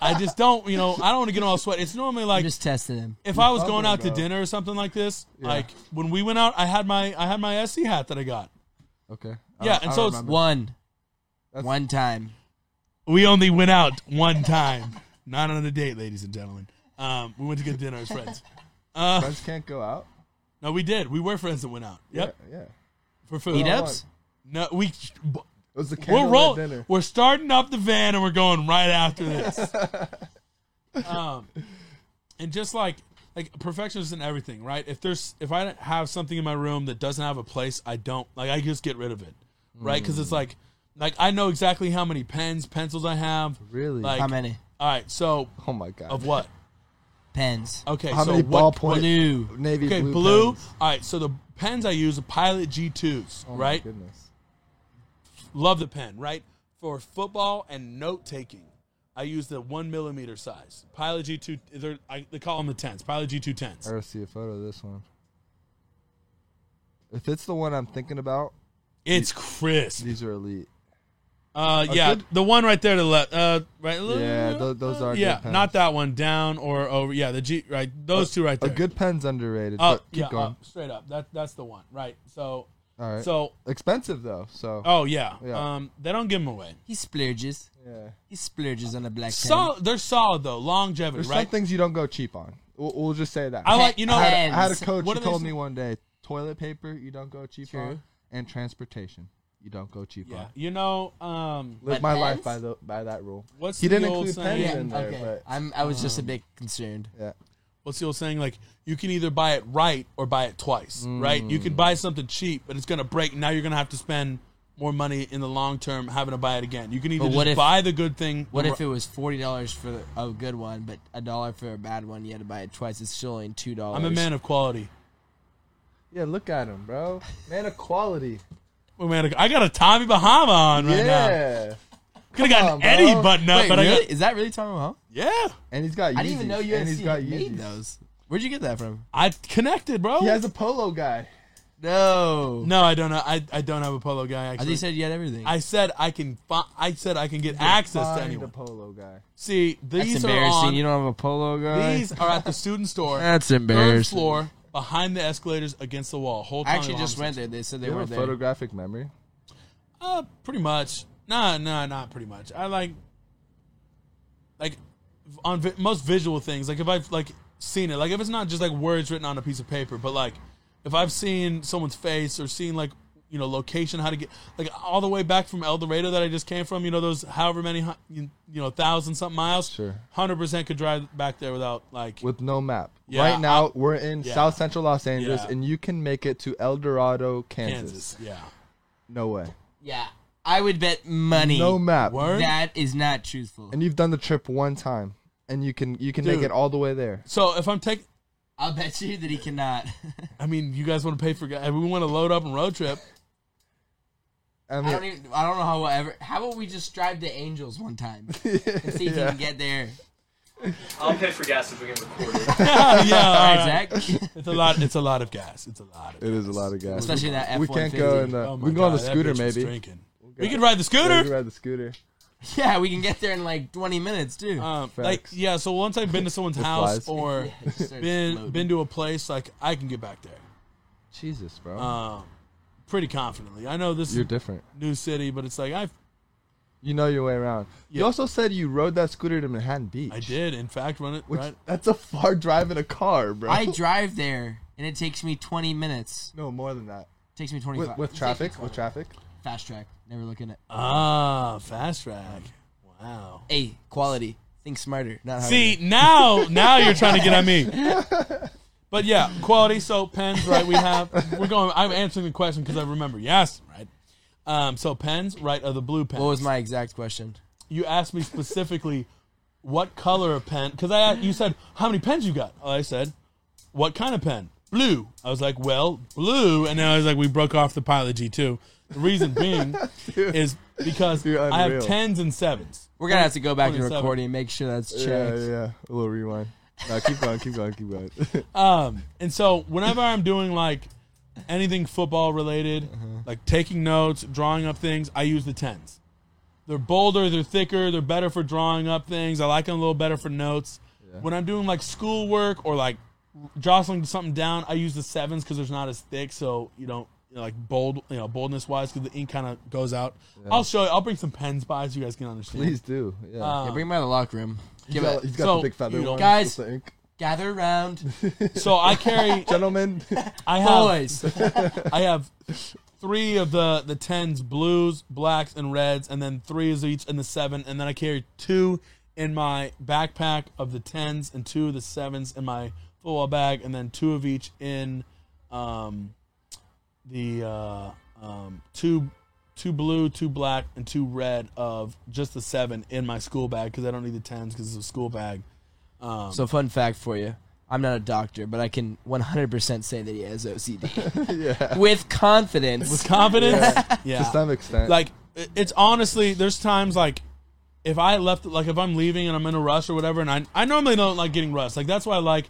E: I just don't, you know, I don't want to get all sweaty. It's normally
F: I'm
E: like
F: just testing him.
E: if I was going
G: bugging,
E: out to
G: bro.
E: dinner or something like this, like when we went out, I had my I had my SC hat that I got.
G: Okay. Uh,
E: Yeah, and so it's-
G: remember.
F: One.
G: That's-
F: One time.
E: We only went out one time, not on a date, ladies and gentlemen. Um, we went to get dinner as friends.
G: friends can't go out.
E: No, we did. We were friends that went out. Yep,
G: Yeah. yeah. It
E: for food.
F: Eat ups.
E: No, we
G: was the
E: we're
G: candlelight
E: rolling.
G: dinner.
E: We're starting up the van and we're going right after this. um, and just like like perfectionist in everything, right? If there's if I have something in my room that doesn't have a place, I don't like. I just get rid of it, right? Because it's like like I know exactly how many pens, pencils I have.
G: Really?
E: Like,
F: How many
E: All right, so
G: Oh my god.
E: of what?
F: pens?
E: Okay,
G: How
E: so
G: many
E: what,
G: ballpoint
E: what-
F: Blue.
G: Navy
E: Okay,
G: blue.
E: blue.
G: pens.
E: All right, so the pens I use are Pilot G2s,
G: Oh my
E: right?
G: goodness.
E: love the pen, right? For football and note taking, I use the one millimeter size. Pilot G2, they're, I, they call them the 10s, Pilot G2
G: I
E: 10s.
G: gotta see a photo of this one. If it's the one I'm thinking about,
E: It's crisp.
G: these are elite.
E: Uh, yeah,
G: good-
E: the one right there to the left. Uh, right?
G: Yeah, tho- those are good
E: Yeah,
G: pens.
E: not that one down or over. Yeah, the G, right? Those two right
G: A
E: there.
G: good pen's underrated.
E: Up,
G: but keep
E: Uh, yeah,
G: going.
E: up, straight up. That, that's the one, right? So,
G: All right.
E: so,
G: expensive though. So
E: oh, yeah.
G: Yeah.
E: Um, they don't give them away.
F: He splurges.
G: yeah.
F: He splurges on a black
E: Solid, they're solid, though. Longevity,
G: There's
E: right?
G: some things you don't go cheap on. We'll, we'll just say that.
E: I
G: I,
E: like, you know,
F: I
G: had, I had a coach
E: What
G: who
E: do they
G: told
E: say?
G: me one day, toilet paper you don't go cheap on,
F: True.
G: and transportation you don't go cheap
E: yeah,
G: on.
E: you know, um,
G: Live
F: But
G: my
F: pens?
G: life by the by that rule.
E: what's
G: He
E: the
G: didn't
E: old
G: include
E: saying?
G: pens
F: Yeah,
G: in there,
F: okay.
G: but
F: I'm.
G: um,
F: I was just a bit concerned.
G: yeah.
E: what's the old saying? Like you can either buy it right or buy it twice, right? You
F: Mm.
E: can buy something cheap, but it's gonna break. Now you're gonna have to spend more money in the long term having to buy it again. You can either
F: But what
E: just
F: if-
E: buy the good thing.
F: What
E: the
F: if
E: ro-
F: it was forty dollars for a good one, but a dollar for a bad one? You had to buy it twice. It's still only two dollars.
E: I'm a man of quality.
G: Yeah, look at him, bro. Man of quality.
E: Oh, man, I got a Tommy Bahama on right now.
G: yeah.
E: Could have gotten
G: on, bro.
E: any button up,
F: Wait,
E: but I
F: really?
E: got
F: Is that really Tommy Mahal?
E: yeah.
G: And he's got Yeezys.
F: I didn't even know you
G: and
F: had
G: he's got
F: made
G: Yeezys.
F: those. Where'd you get that from?
E: I connected, bro.
G: He has a polo guy.
F: No.
E: no, I don't know. I, I don't have a polo guy.
F: I
E: Actually,
F: think you said you had everything.
E: I said I can. Fi- I said I can get access
G: Find
E: to
G: a
E: anyone.
G: polo guy.
E: See,
F: That's
E: these are
F: embarrassing.
E: on.
F: you don't have a polo guy.
E: these are at the student store.
F: That's
E: third
F: embarrassing.
E: floor behind the escalators against the wall. Whole
F: I
E: time
F: actually
E: the
F: just
E: alarm
F: went there. They said they
G: You
F: were
G: have a
F: there.
G: photographic memory.
E: system- Uh, pretty much. Nah, nah, not pretty much. I like, like, on vi- most visual things. Like if I've like seen it, like if it's not just like words written on a piece of paper, but like if I've seen someone's face or seen like you know location, how to get like all the way back from El Dorado that I just came from. You know those however many hu- you you know thousand something miles.
G: Sure.
E: Hundred percent could drive back there without like.
G: with no map.
E: Yeah,
G: right now,
E: I-
G: we're in
E: yeah.
G: South Central Los Angeles,
E: Yeah.
G: and you can make it to El Dorado, Kansas.
E: Kansas, yeah.
G: No way.
F: Yeah. I would bet money.
G: No map.
E: Word.
F: That is not truthful.
G: And you've done the trip one time, and you can you can make
E: Dude.
G: it all the way there.
E: So if I'm taking,
F: I'll bet you that he cannot.
E: I mean, you guys want to pay for gas? We want to load up and road trip.
G: I
F: I don't
G: mean,
F: even. I don't know how we'll ever. How about we just drive to Angels one time and see if you
G: Yeah.
F: can get there?
H: I'll pay for gas if we get recorded.
G: Uh,
E: yeah,
F: All
E: all right.
F: right, Zach.
E: It's a lot. It's a lot of gas. It's a lot. Of
G: it is a lot of gas.
F: Especially that F
G: we
F: one
G: can't go in
F: fifty.
G: the.
E: Oh my
G: we can go on the
E: God, that
G: scooter
E: bitch was
G: maybe.
E: drinking. We could ride the
G: Yeah, we
E: scooter.
G: ride the scooter.
F: Yeah, we can get there in like twenty minutes too.
G: Uh,
E: Um, like
G: Facts.
E: yeah. So once I've been to someone's house
G: flies.
E: or
F: It just starts
E: been
F: loading.
E: been to a place, like I can get back there
G: Jesus, bro,
E: um, pretty confidently. I know this
G: you're
E: is
G: different.
E: a new city, but it's like I
G: You know your way around.
E: Yeah.
G: You also said you rode that scooter to Manhattan Beach.
E: I did in fact run it
G: Which
E: right.
G: that's a far drive in a car, bro.
F: I drive there and it takes me twenty minutes.
G: no more than that.
F: takes me twenty
G: With,
F: five
G: with traffic, with traffic.
F: Fast track. Never looking at.
E: Ah, fast track. Wow.
F: Hey, quality. Think smarter, not harder.
E: See now, now you're trying to get at me. But yeah, quality soap pens, right? We have. We're going. I'm answering the question because I remember. Yes, right. Um, so pens, right, are the blue pens.
F: What was my exact question?
E: you asked me specifically what color of pen because I you said how many pens you got. Oh, I said what kind of pen? Blue. I was like, well, blue. And then I was like, we broke off the Pilot G2. The reason being is because
G: You're
E: I have
G: unreal.
E: tens and sevens.
F: We're gonna have to go back to
E: 27.
F: recording and make sure that's checked.
G: Yeah, yeah. A little rewind. No, keep going, keep going, keep going.
E: Um, and so whenever I'm doing like anything football related, like taking notes, drawing up things, I use the tens. They're bolder, they're thicker, they're better for drawing up things. I like them a little better for notes. When I'm doing like schoolwork or like jostling something down, I use the sevens because there's not as thick, so you don't you know, like bold, you know, boldness wise, because the ink kind of goes out. I'll show you. I'll bring some pens by so you guys can understand.
G: Please do. Yeah.
F: Yeah, bring him out of the locker room. Give
G: He's got-
F: it.
G: he's got
E: Um, so,
G: the big feather
E: you know,
G: ones,
F: guys-
G: with the ink.
F: Gather around,
E: So I carry,
G: Gentlemen,
E: I have,
F: boys.
E: I have three of the the tens, blues, blacks, and reds, and then three is each in the seven, and then I carry two in my backpack of the tens and two of the sevens in my football bag, and then two of each in um, the uh, um, two two blue, two black, and two red of just the seven in my school bag because I don't need the tens because it's a school bag.
F: so, fun fact for you: I'm not a doctor, but I can 100% say that he has OCD with confidence.
E: With confidence, yeah.
G: to some extent.
E: like it- it's honestly there's times like if I left like if I'm leaving and I'm in a rush or whatever and I I normally don't like getting rushed like that's why I like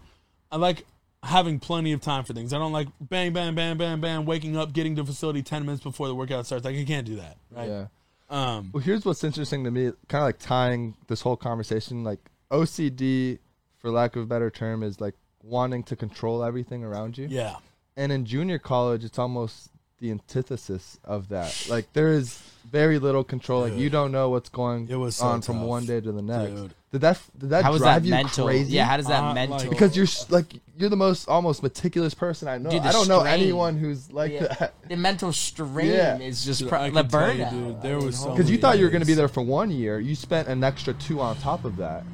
E: I like having plenty of time for things I don't like bang bang bang bang bang waking up getting to the facility 10 minutes before the workout starts like I can't do that right
G: yeah.
E: um
G: Well, here's what's interesting to me, kind of like tying this whole conversation. Like OCD, for lack of a better term, is like wanting to control everything around you.
E: yeah
G: And in junior college, it's almost the antithesis of that. Like there is very little control. Like you don't know what's going
E: It was so
G: on from
E: tough,
G: one day to the next.
E: dude.
G: Did that did that
F: how is
G: drive
F: that
G: you
F: mental?
G: crazy?
F: Yeah, how does that
E: Uh,
F: mental?
E: like-
G: because you're s- like you're the most almost meticulous person I know.
F: Dude, the
G: I don't know
F: strain.
G: anyone who's like that.
F: the mental strain
G: Yeah.
F: is just
E: Dude,
F: pro-
E: I
F: the
E: can tell you,
F: burnout.
E: dude, there was so
G: Because you
E: many
G: thought you were
E: days.
G: going to be there for one year, you spent an extra two on top of that.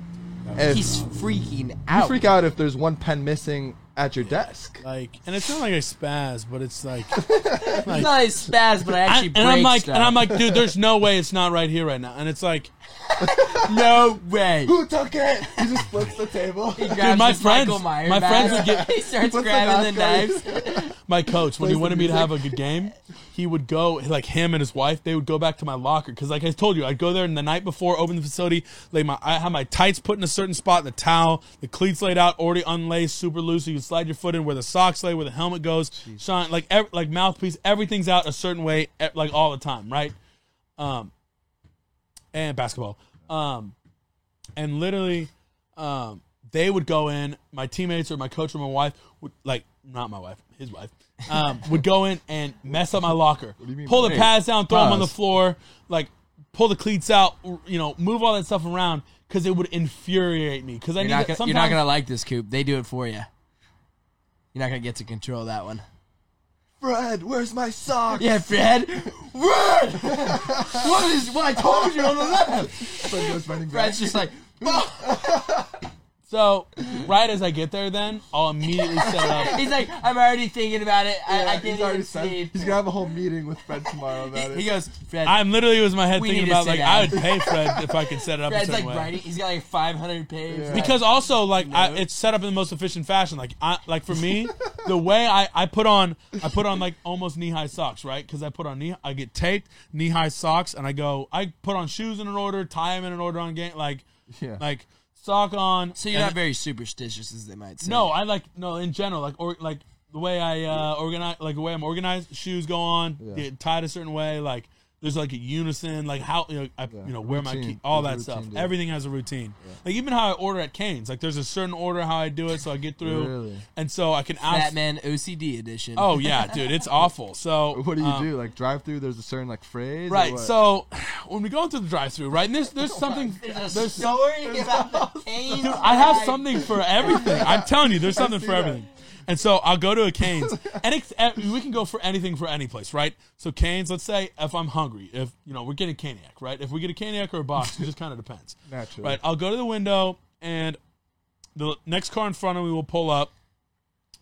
G: And
F: He's freaking
G: you
F: out.
G: freak out if there's one pen missing at your desk.
E: like and it's not like I spaz but it's like
F: He's not as spaz, but I
E: I-
F: actually
E: and I'm
F: break
E: like
F: stuff.
E: and I'm like dude there's no way it's not right here right now and it's like
F: no way.
G: Who took it? He just flips the table.
F: He grabs
E: Dude, my
F: his
E: friends-
F: Michael Myers
E: my friends
F: bag.
E: would get-
F: he starts
G: What's the
F: grabbing the
G: knife
F: knives.
E: my coach when he
G: Plays the
E: wanted me to have
G: music.
E: a good game he would go like him and his wife they would go back to my locker because like i told you i'd go there and the night before open the facility lay my i have my tights put in a certain spot the towel the cleats laid out already unlaced super loose so you slide your foot in where the socks lay where the helmet goes shine like ev- like mouthpiece everything's out a certain way e- like all the time right um and basketball um and literally um, they would go in. My teammates or my coach or my wife would like not my wife, his wife um, would go in and mess up my locker.
G: you mean
E: pull the
G: by-
E: pads down, throw them on the
F: Pause.
E: floor, like pull the cleats out, or, you know, move all that stuff around because it would infuriate me. Because I
F: You're
E: need
F: not,
E: to,
F: gonna,
E: sometimes
F: you're not gonna like this, Coop. They do it for you. You're not gonna get to control that one.
G: Fred, where's my sock?
F: Yeah, Fred. Run! what is what I told you on the left?
G: Fred goes running back.
F: Fred's just like, "Fuck."
E: So right as I get there, then I'll immediately set up.
F: He's like, I'm already thinking about it. I, I
G: Yeah,
F: can't
G: he's already
F: even
G: said-
F: see.
G: He's gonna have a whole meeting with Fred tomorrow about
F: He
G: it.
F: goes, Fred.
E: I'm literally was my head
F: We
E: thinking
F: need to
E: about
F: sit
E: like
F: down.
E: I would pay Fred if I could set it up a
F: Fred's
E: certain
F: like
E: way.
F: writing. He's got like 500 pages.
G: Yeah.
E: because also like I, it's set up in the most efficient fashion. Like I, like for me, the way I, I put on I put on like almost knee high socks, right? Because I put on knee I get taped knee high socks, and I go I put on shoes in an order, tie them in an order on game, like
G: Yeah.
E: like sock on.
F: so you're
E: and-
F: not very superstitious, as they might say.
E: no, I like no in general like or like the way I uh, organize like the way I'm organized. Shoes go on,
G: Yeah.
E: get tied a certain way. Like there's like a unison. Like how you know I you know wear my
G: Routine.
E: key, all
G: There's
E: that
G: a
E: stuff.
G: routine to it.
E: Everything has a routine. Like even how I order at Canes. Like there's a certain order how I do it, so I get through,
G: Really?
E: and so I can ask.
F: Batman OCD edition.
E: Oh yeah, dude, it's awful. So
G: What do you
E: um,
G: do? Like drive through? There's a certain like phrase. or
E: Right,
G: what?
E: so when we go into the drive-through, right, and there's there's something
F: There's a
E: there's
F: story about the cane.
E: I have something for everything. I'm telling you, there's something for everything. And so I'll go to a Canes, and it's, and we can go for anything for any place, right? So Canes, let's say if I'm hungry, if you know we're getting Caniac, right? If we get a Caniac or a box, it just kind of depends.
G: Naturally.
E: right? I'll go to the window, and the next car in front of me will pull up.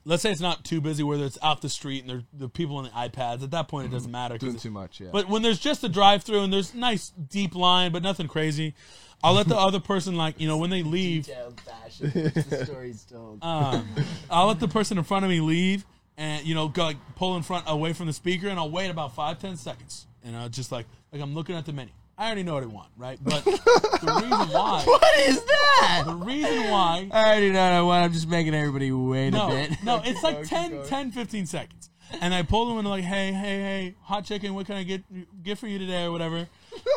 E: Let's say it's not too busy, whether it's out the street and there the people on the iPads. At that point, it doesn't matter. 'cause
G: Mm-hmm. Doing
E: it-
G: too much. Yeah.
E: but when there's just a drive through and there's nice deep line, but nothing crazy, I'll let the other person like you know when they leave,
F: Detailed fashion. The story's told.
E: um, I'll let the person in front of me leave and you know go like, pull in front away from the speaker and I'll wait about five ten seconds and I'll just like like I'm looking at the menu. I already know what I want, right? But the reason why
F: what is
E: the
F: that?
E: reason why
F: I already know what I want. I'm just making everybody wait a
E: no,
F: bit.
E: no, it's like 10, 10, 15 seconds. And I pulled him and like, hey, hey, hey, hot chicken, what can I get get for you today or whatever?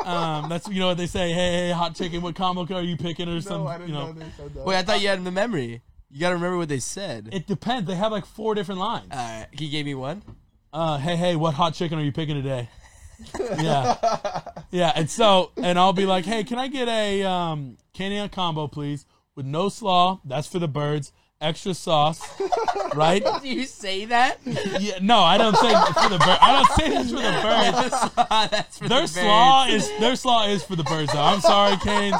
E: Um, that's you know what they say, hey, hey, hot chicken, what combo are you picking or
G: no, Oh, I
E: something?
G: didn't
E: You
G: know,
E: know,
G: they said that.
F: Wait, I thought you had the memory. You got to remember what they said.
E: it depends. They have like four different lines.
F: All right, he gave me one.
E: uh, hey, hey, what hot chicken are you picking today? yeah. Yeah. And so, and I'll be like, hey, can I get a um, Canyon combo, please? With no slaw. That's for the birds. Extra sauce. right?
F: Do you say that?
E: Yeah, no, I don't say that for the birds. I don't say that's for the birds.
F: That's for
E: Their
F: the
E: slaw
F: birds.
E: is their slaw is for the birds. Though. I'm sorry, Canes.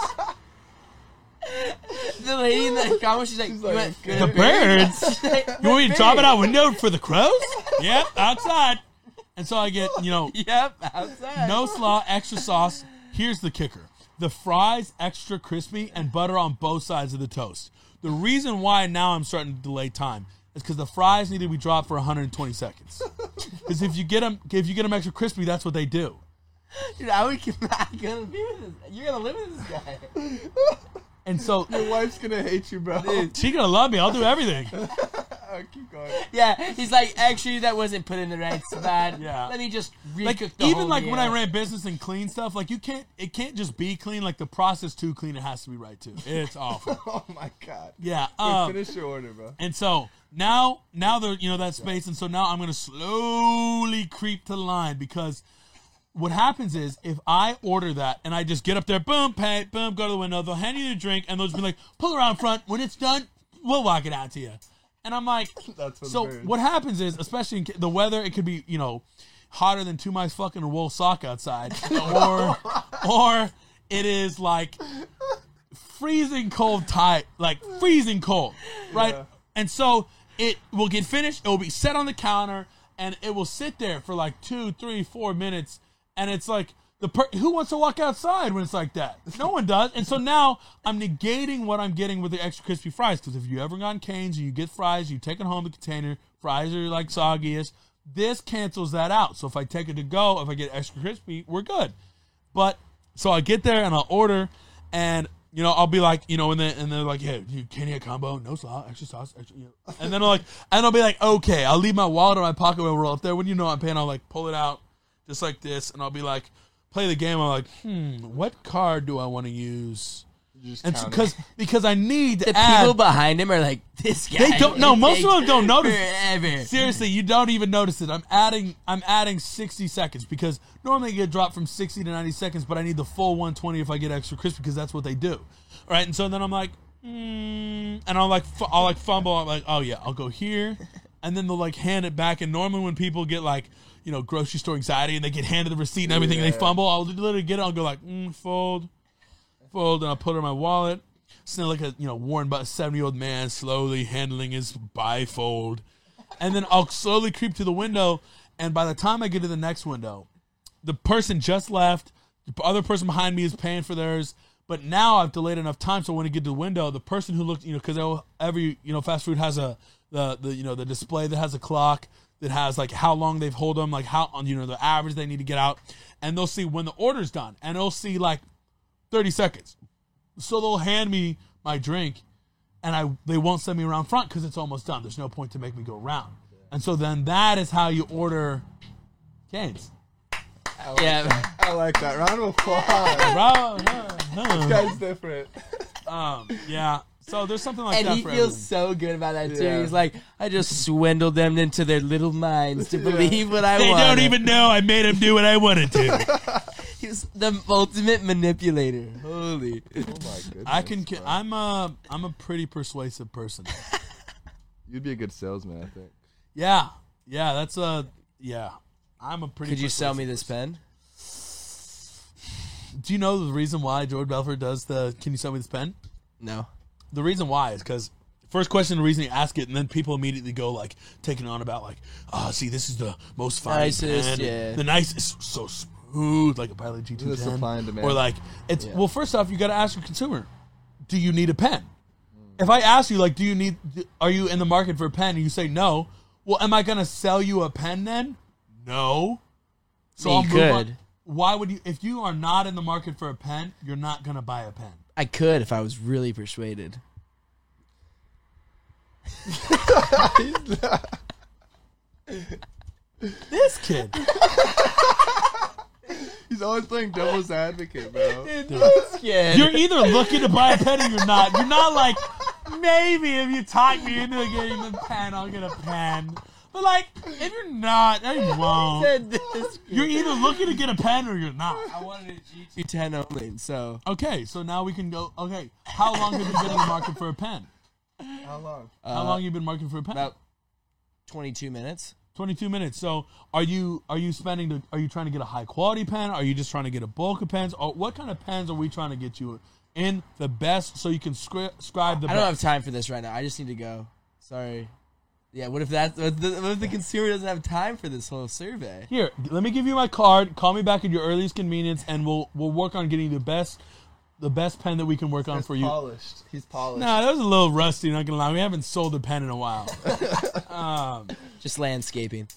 F: the lady in the comment. She's like, you
G: like,
F: want- you
E: The
F: want a bird?
E: birds. You want me to drop it out window for the crows? Yep, outside. And so I get you know
F: Yep, outside.
E: no slaw, extra sauce. Here's the kicker: the fries extra crispy and butter on both sides of the toast. The reason why now I'm starting to delay time is because the fries need to be dropped for 120 seconds. Because if you get them, if you get them extra crispy, that's what they do.
F: Dude, I would. I'm gonna be with this. You're gonna live with this guy.
E: And so
G: Your wife's gonna hate you, bro.
E: she gonna love me. I'll do everything.
G: Oh, keep going.
F: Yeah, he's like, actually, that wasn't put in the right spot.
E: Yeah.
F: Let me just recook
E: like
F: the
E: even
F: whole
E: like when I
F: meal."
E: ran business and clean stuff, like you can't it can't just be clean. Like the process too clean, it has to be right too. It's awful.
G: Oh my god.
E: yeah.
G: Wait,
E: Um,
G: finish your order, bro.
E: and so now now there you know that space, and so now I'm gonna slowly creep to the line because what happens is if I order that and I just get up there, boom, pay, boom, go to the window, they'll hand you the drink, and they'll just be like, pull around front. When it's done, we'll walk it out to you. And I'm like,
G: That's for the
E: so
G: birds.
E: what happens is, especially in ca- the weather, it could be you know hotter than two miles fucking wool sock outside, or or it is like freezing cold tight, like freezing cold, right? And so it will get finished. It will be set on the counter, and it will sit there for like two, three, four minutes. And it's like the per- who wants to walk outside when it's like that? No one does. And so now I'm negating what I'm getting with the extra crispy fries because if you ever gone Canes and you get fries, you take it home the container. Fries are like soggiest. This cancels that out. So if I take it to go, if I get extra crispy, we're good. But so I get there and I'll order, and you know I'll be like, you know, and then and they're like, yeah, you can you get combo, no slaw, extra sauce, extra, you know. and then I'm like, and I'll be like, okay, I'll leave my wallet or my pocket where we're up there. When you know I'm paying, I'll like pull it out just like this, and I'll be like, play the game. I'm like, hmm, what card do I want to use?
G: You just
E: And
G: count it.
E: because because I need to
F: the
E: add,
F: people behind him are like, this guy.
E: They don't- no, most of them don't notice.
F: Forever.
E: Seriously, you don't even notice it. I'm adding I'm adding 60 seconds because normally you get dropped from 60 to 90 seconds, but I need the full 120 if I get extra crisp because that's what they do. All right, and so then I'm like, mm, and I'll like fu- I'll like fumble. I'm like, oh yeah, I'll go here, and then they'll like hand it back. And normally when people get like you know grocery store anxiety and they get handed the receipt and everything, and they fumble. I'll literally get it. I'll go like mm, fold, fold, and I'll put it in my wallet. So like a you know worn but seventy year old man slowly handling his bifold, and then I'll slowly creep to the window. And by the time I get to the next window, the person just left. The other person behind me is paying for theirs. But now I've delayed enough time, so when I get to the window, the person who looked, you know, because every you know fast food has a the, the you know the display that has a clock that has like how long they've hold them, like how on you know the average they need to get out, and they'll see when the order's done, and they'll see like thirty seconds. So they'll hand me my drink, and I they won't send me around front because it's almost done. There's no point to make me go around. And so then that is how you order canes.
F: Yeah.
G: I like that. Round of applause.
E: Bro, no, no.
G: That's different.
E: Um, yeah. So there's something like
F: And
E: that
F: he
E: for
F: feels
E: everyone.
F: so good about that too.
G: Yeah.
F: He's like, I just swindled them into their little minds to believe what I
E: They
F: wanted.
E: don't even know I made him do what I wanted to.
F: He was the ultimate manipulator. Holy.
G: Oh my goodness.
E: I can. ca- I'm a. I'm a pretty persuasive person.
G: You'd be a good salesman, I think.
E: Yeah. Yeah. That's a. Yeah. I'm a pretty.
F: Could you sell
E: persuasive
F: me this pen?
E: Do you know the reason why George Belfort does the "Can you sell me this pen"?
F: No.
E: The reason why is because first question, the reason you ask it, and then people immediately go like taking on about like, oh, see, this is the most fine pen.
F: Nicest, yeah.
E: the nicest, so smooth, like a Pilot G two
G: The supply and demand.
E: or like it's well. First off, you got to ask your consumer, do you need a pen? If I ask you like, do you need, are you in the market for a pen, and you say no, well, am I gonna sell you a pen then? No. So
F: You
E: I'll move on.
F: could.
E: Why would you? If you are not in the market for a pen, you're not gonna buy a pen.
F: I could if I was really persuaded.
E: This kid.
G: He's always playing devil's advocate, bro.
F: Yeah.
E: You're either looking to buy a pen or you're not. You're not like, maybe if you talk me into getting the pen, I'll get a pen. But like, if you're not, I won't. You're either looking to get a pen or you're not.
F: I wanted a G210 only, so
E: Okay, so now we can go. Okay, how long have you been in the market for a pen?
G: How long?
E: How long you been marketing for a pen?
F: about 22 minutes.
E: 22 minutes. So are you are you spending? The, are you trying to get a high quality pen? Are you just trying to get a bulk of pens? Or what kind of pens are we trying to get you in the best so you can scri- scribe the
F: I
E: best?
F: don't have time for this right now. I just need to go. Sorry. Yeah, what if that? What if the, what if the consumer doesn't have time for this whole survey?
E: Here, let me give you my card. Call me back at your earliest convenience, and we'll we'll work on getting you the best the best pen that we can work on for you.
G: Polished. He's polished.
E: Nah, that was a little rusty. Not gonna lie, we haven't sold a pen in a while.
F: Just landscaping.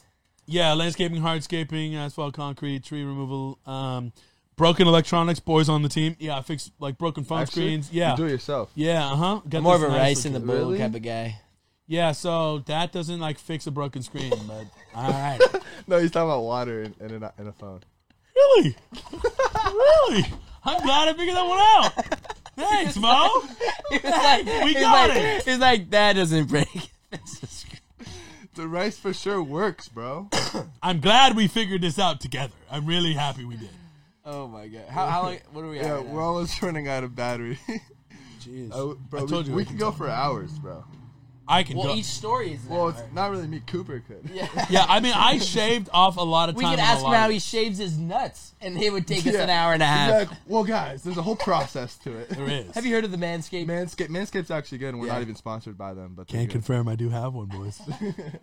E: yeah, landscaping, hardscaping, asphalt, concrete, tree removal, um, broken electronics. Boys on the team. Yeah, I fixed like broken phone screens. Yeah,
G: You do it yourself.
E: yeah, uh huh.
F: I'm more of a rice in the bowl
G: Really?
F: type of guy.
E: Yeah, so that doesn't like fix a broken screen, but all right.
G: No, he's talking about water and, and, a, and a phone.
E: Really? really? I'm glad I figured that one out. Thanks, Mo.
F: It's like,
E: We
F: it's
E: got
F: like-
E: it.
F: It's like that doesn't break. This is-
G: The rice for sure works, bro.
E: I'm glad we figured this out together. I'm really happy we did.
F: oh my god! How, how long? What are we at?
G: yeah,
F: right now?
G: we're almost running out of battery.
E: Jeez.
G: Oh, bro,
E: I
G: we-
E: told you
G: we,
E: I
G: can go for hours, bro.
E: I can
F: well,
E: go.
F: each story is.
G: Well, it's not really me. Cooper could.
F: yeah.
E: yeah, I mean, I shaved off a lot of
F: We
E: time.
F: could
E: on a
F: ask him
E: lot of-
F: how he shaves his nuts, and it would take us
G: Yeah.
F: an hour and a half.
G: He's like, well, guys, there's a whole process to it.
E: There is.
F: Have you heard of the Manscaped?
G: Manscaped, Manscaped's actually good, and we're
F: Yeah.
G: not even sponsored by them. But they're
E: Can't
G: good.
E: confirm I do have one, boys.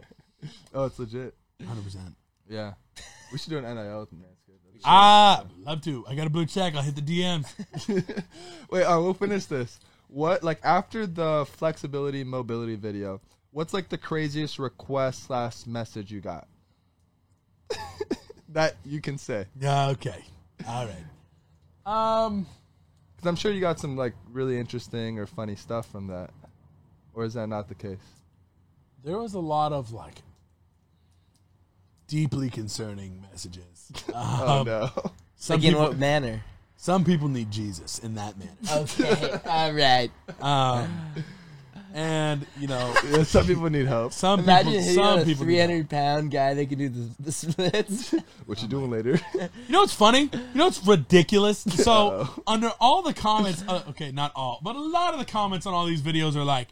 G: Oh, it's legit.
E: 100%.
G: Yeah, we should do an NIL with Manscaped.
E: Ah, love to. I got a blue check. I'll hit the DMs.
G: Wait, all right, we'll finish this. What like after the flexibility mobility video? What's like the craziest request slash message you got? that you can say,
E: Yeah, okay. All right. Um,
G: because I'm sure you got some like really interesting or funny stuff from that, or is that not the case?
E: there was a lot of like deeply concerning messages.
G: Oh
E: Um,
G: no,
E: some,
F: Like, in
E: people,
F: what manner?
E: some people need Jesus in that manner.
F: Okay. All right.
E: Um, and, you know,
G: Yeah, some people need help.
E: some
F: Imagine
E: people,
F: hitting
E: some
F: on a
E: people need help.
F: 300 pound guy that can do the, the splits.
G: What you doing later?
E: You know what's funny? You know what's ridiculous? So
G: Uh-oh.
E: under all the comments, uh, okay, not all, but a lot of the comments on all these videos are like,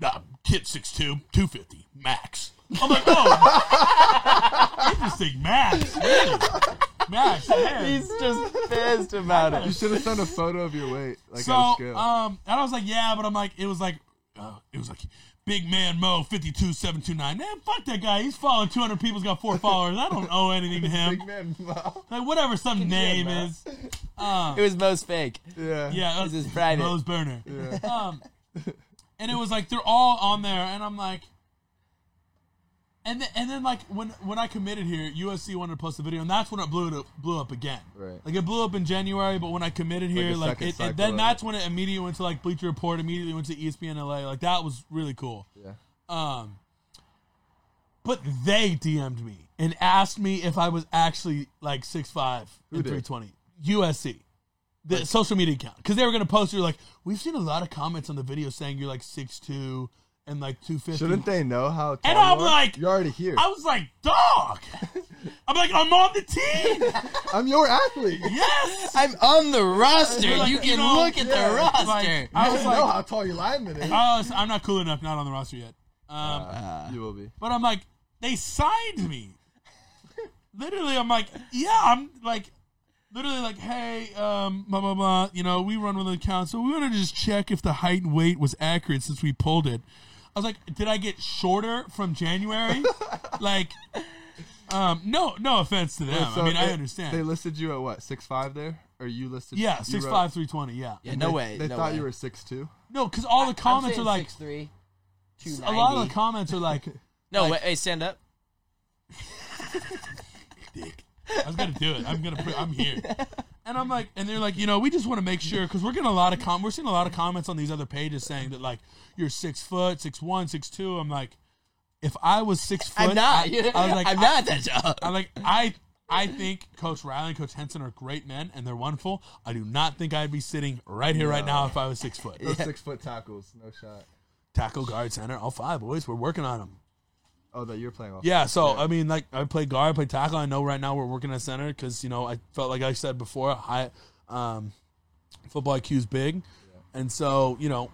E: nah, kid 6'2", 250, max. I'm like, oh, interesting, max. really? Max, man.
A: He's just pissed about
G: You
A: it.
G: should have sent a photo of your weight, like
E: so
G: on a scale.
E: um, and I was like, yeah, but I'm like, it was like, uh, it was like, big man Mo, fifty two seven two nine. Man, fuck that guy. He's following two hundred people. He's got four followers. I don't owe anything to him.
G: Big man, Mo.
E: Like whatever some name
G: Mo.
E: is. Um,
A: It was most fake.
G: yeah.
E: yeah,
A: This
E: uh,
A: is private.
E: Mo's burner. Um, and it was like they're all on there, and I'm like, and then, and then like when when I committed here, USC wanted to post a video, and that's when it blew up blew up again.
G: Right.
E: Like it blew up in January, but when I committed here,
G: a
E: like,
G: second
E: it, it
G: cycle
E: then
G: of
E: that's when it immediately went to like Bleacher Report, immediately went to E ESPN LA. Like that was really cool.
G: Yeah.
E: Um, but they DM'd me and asked me if I was actually like 6'5 and
G: did?
E: 320. USC. The social media account. Because they were going to post, you're like, we've seen a lot of comments on the video saying you're like 6'2 and like 250.
G: Shouldn't they know how? Tall
E: And
G: you
E: I'm
G: are?
E: like-
G: you're already here.
E: I was like, dog. I'm like, I'm on the team.
G: I'm your athlete. You
E: Yes.
A: I'm on the roster.
E: Like,
A: you can
E: you know,
A: look at
G: yeah,
A: the
G: like,
A: roster.
E: Like, I was
G: don't know
E: like,
G: how tall your lineman is.
E: oh, so I'm not cool enough, not on the roster yet. Um,
G: you will be.
E: But I'm like, they signed me. literally, I'm like, yeah, I'm like, literally like, hey, um, blah blah blah. You know, we run with an account, so we want to just check if the height and weight was accurate since we pulled it. I was like, did I get shorter from January? like, um, no, no offense to them.
G: So
E: I mean, I
G: they- They
E: understand.
G: listed you at what six five there, or you listed?
E: yeah,
G: you
E: six
G: wrote-
E: five, three twenty. Yeah,
A: yeah, no
G: they,
A: way.
G: They
A: no
G: thought
A: way.
G: you were six two.
E: no, because all the comments are like,
F: six three.
E: a lot of the comments are like,
A: No, wait, hey, stand up.
E: I was gonna do it. I'm gonna. Put, I'm here. And I'm like, and they're like, you know, we just want to make sure because we're getting a lot of com. We're seeing a lot of comments on these other pages saying that like you're six foot, six one, six two. I'm like, if I was six foot,
A: I'm not.
E: I, I was like,
A: I'm
E: I-
A: not that job.
E: I'm like, I, I think Coach Riley and Coach Henson are great men and they're wonderful. I do not think I'd be sitting right here right now if I was six foot.
G: No six foot tackles, no shot.
E: Tackle guard center, all five boys. We're working on them.
G: Oh, that you're playing off.
E: Yeah, so I mean, like I play guard, I play tackle. I know right now we're working at center because you know I felt like I said before, high um, football IQ is big, and so you know,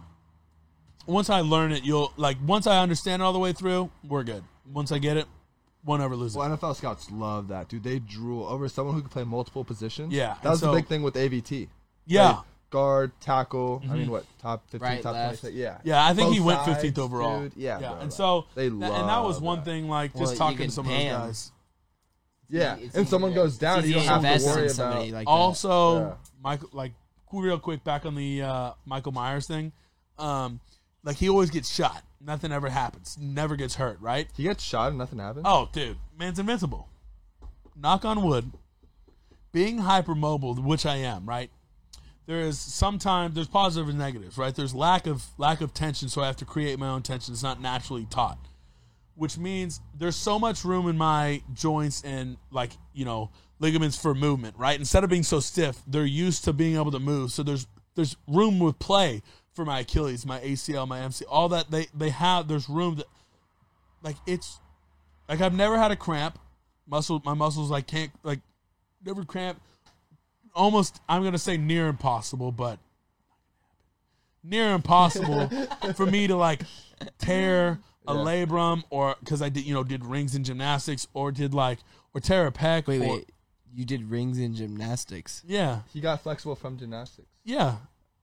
E: once I learn it, you'll like once I understand it all the way through, we're good. Once I get it, won't ever lose it.
G: Well, NFL scouts love that, dude. They drool over someone who can play multiple positions.
E: Yeah, and
G: that was
E: so-
G: the big thing with AVT.
E: Yeah, Mm-hmm.
G: Like, guard, tackle. I mean, what top fifteen,
F: Right,
G: top
F: left.
G: twenty? Yeah,
E: yeah. I think
G: Both
E: he went
G: sides,
E: fifteenth overall.
G: dude. Yeah,
E: yeah.
G: bro,
E: and
G: like,
E: so
G: they
E: that- and that was
G: love
E: one
G: that.
E: thing, like
F: Well,
E: just
F: you
E: talking
F: can
E: to some
F: pan.
E: of those guys.
G: yeah.
F: It's
G: And someone
F: easy
G: goes down, you
F: easy
G: don't
F: to
G: have to
F: invest in
G: worry
F: somebody
G: about.
F: like that.
E: also
G: Yeah.
E: Michael like real quick back on the uh, Michael Myers thing. Um, like he always gets shot. Nothing ever happens. Never gets hurt, right?
G: He gets shot and nothing happens.
E: Oh, dude, man's invincible. Knock on wood. Being hypermobile, which I am, right? There is sometimes there's positive and negatives, right? There's lack of lack of tension, so I have to create my own tension. It's not naturally taught, which means there's so much room in my joints and like you know ligaments for movement, right? Instead of being so stiff, they're used to being able to move, so there's there's room with play for my Achilles, my ACL, my MC, all that they they have. There's room that like it's like I've never had a cramp. Muscle, my muscles like can't like never cramp. Almost, I'm gonna say near impossible, but near impossible for me to like tear a labrum or because I did you know did rings in gymnastics or did like or tear a pec.
F: Wait,
E: or-
F: wait. You did rings in gymnastics.
E: yeah,
G: He got flexible from gymnastics.
E: yeah,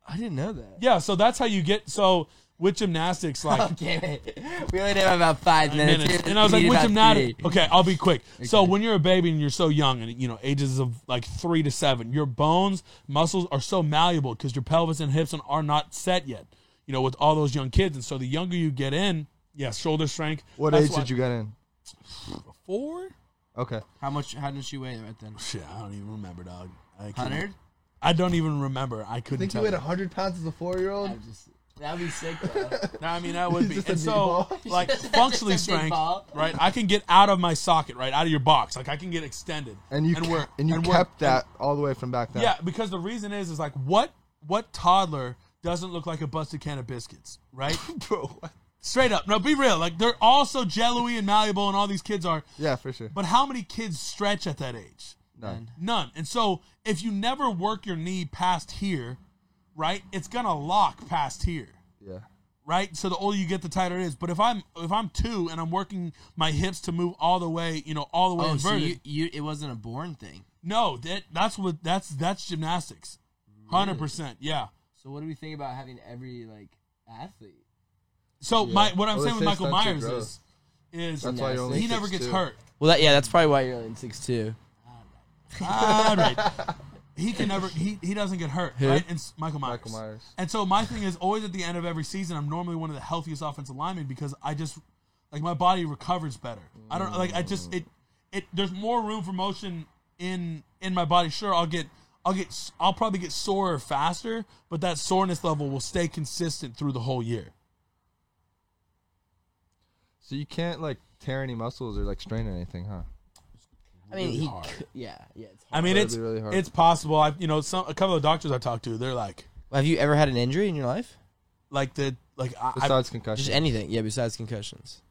F: I didn't know that.
E: yeah. So that's how you get so with gymnastics like.
F: Okay, wait. We only have about five minutes.
E: minutes.
F: Here,
E: And I was
F: we
E: like,
F: need
E: which
F: about
E: gymnastics?
F: three.
E: Okay, I'll be quick. So when you're a baby and you're so young, and you know ages of like three to seven, your bones, muscles are so malleable because your pelvis and hips are not set yet. You know, with all those young kids, and so the younger you get in, yeah, shoulder strength.
G: What
E: That's
G: age
E: why-
G: did you get in?
E: Four?
G: Okay.
F: How much? How did you weigh right then?
E: Shit, I don't even remember, dog. I can't-
F: Hundred.
E: I don't even remember. I couldn't
G: Think you
E: tell.
G: weighed
E: you.
G: 100 pounds as a four year old?
F: I'm just. That'd be sick. Though.
E: No, I mean that would be.
G: just a
E: And
G: big
E: so,
G: ball.
E: like functionally
F: Just a big
E: strength,
F: ball.
E: right? I can get out of my socket, right, out of your box. Like I can get extended,
G: And you,
E: we're-
G: and you
E: we're-
G: kept that all the way from back then.
E: Yeah, because the reason is is like what what toddler doesn't look like a busted can of biscuits, right?
G: Bro, what?
E: Straight up. No, be real. Like they're all so jello-y and malleable and all these kids are.
G: Yeah, for sure.
E: But how many kids stretch at that age?
G: None.
E: None. And so if you never work your knee past here, right, it's gonna lock past here.
G: Yeah.
E: Right? So the older you get the tighter it is. But if I'm if I'm two and I'm working my hips to move all the way, you know, all the way
F: Oh, so
E: inverted.
F: you, you it wasn't a born thing.
E: No, that that's what that's that's gymnastics. Hundred percent, yeah.
F: So what do we think about having every like athlete?
E: So my what I'm
G: Well, they
E: saying with
G: say
E: Michael
G: stunts are
E: Myers
G: gross.
E: is is
G: That's why you're only
E: he never
G: six
E: gets
G: two.
E: hurt.
F: Well, that, yeah, that's probably why you're only six two.
E: All Ah, right. He can never. He, he doesn't get hurt. Right? And s- Michael Myers.
G: Michael Myers.
E: And so my thing is always at the end of every season, I'm normally one of the healthiest offensive linemen because I just like my body recovers better. I don't like I just it it there's more room for motion in in my body. Sure, I'll get I'll get s- I'll probably get sore faster, but that soreness level will stay consistent through the whole year.
G: So you can't like tear any muscles or like strain anything, huh?
F: I mean, he could, yeah, yeah. It's hard.
E: I mean,
G: That'd
E: it's
G: be really hard.
E: it's possible. I you know some a couple of doctors I talked to, they're like
F: Have you ever had an injury in your life?
E: like the like I, I
G: Besides concussion.
F: Just anything, yeah. Besides concussions,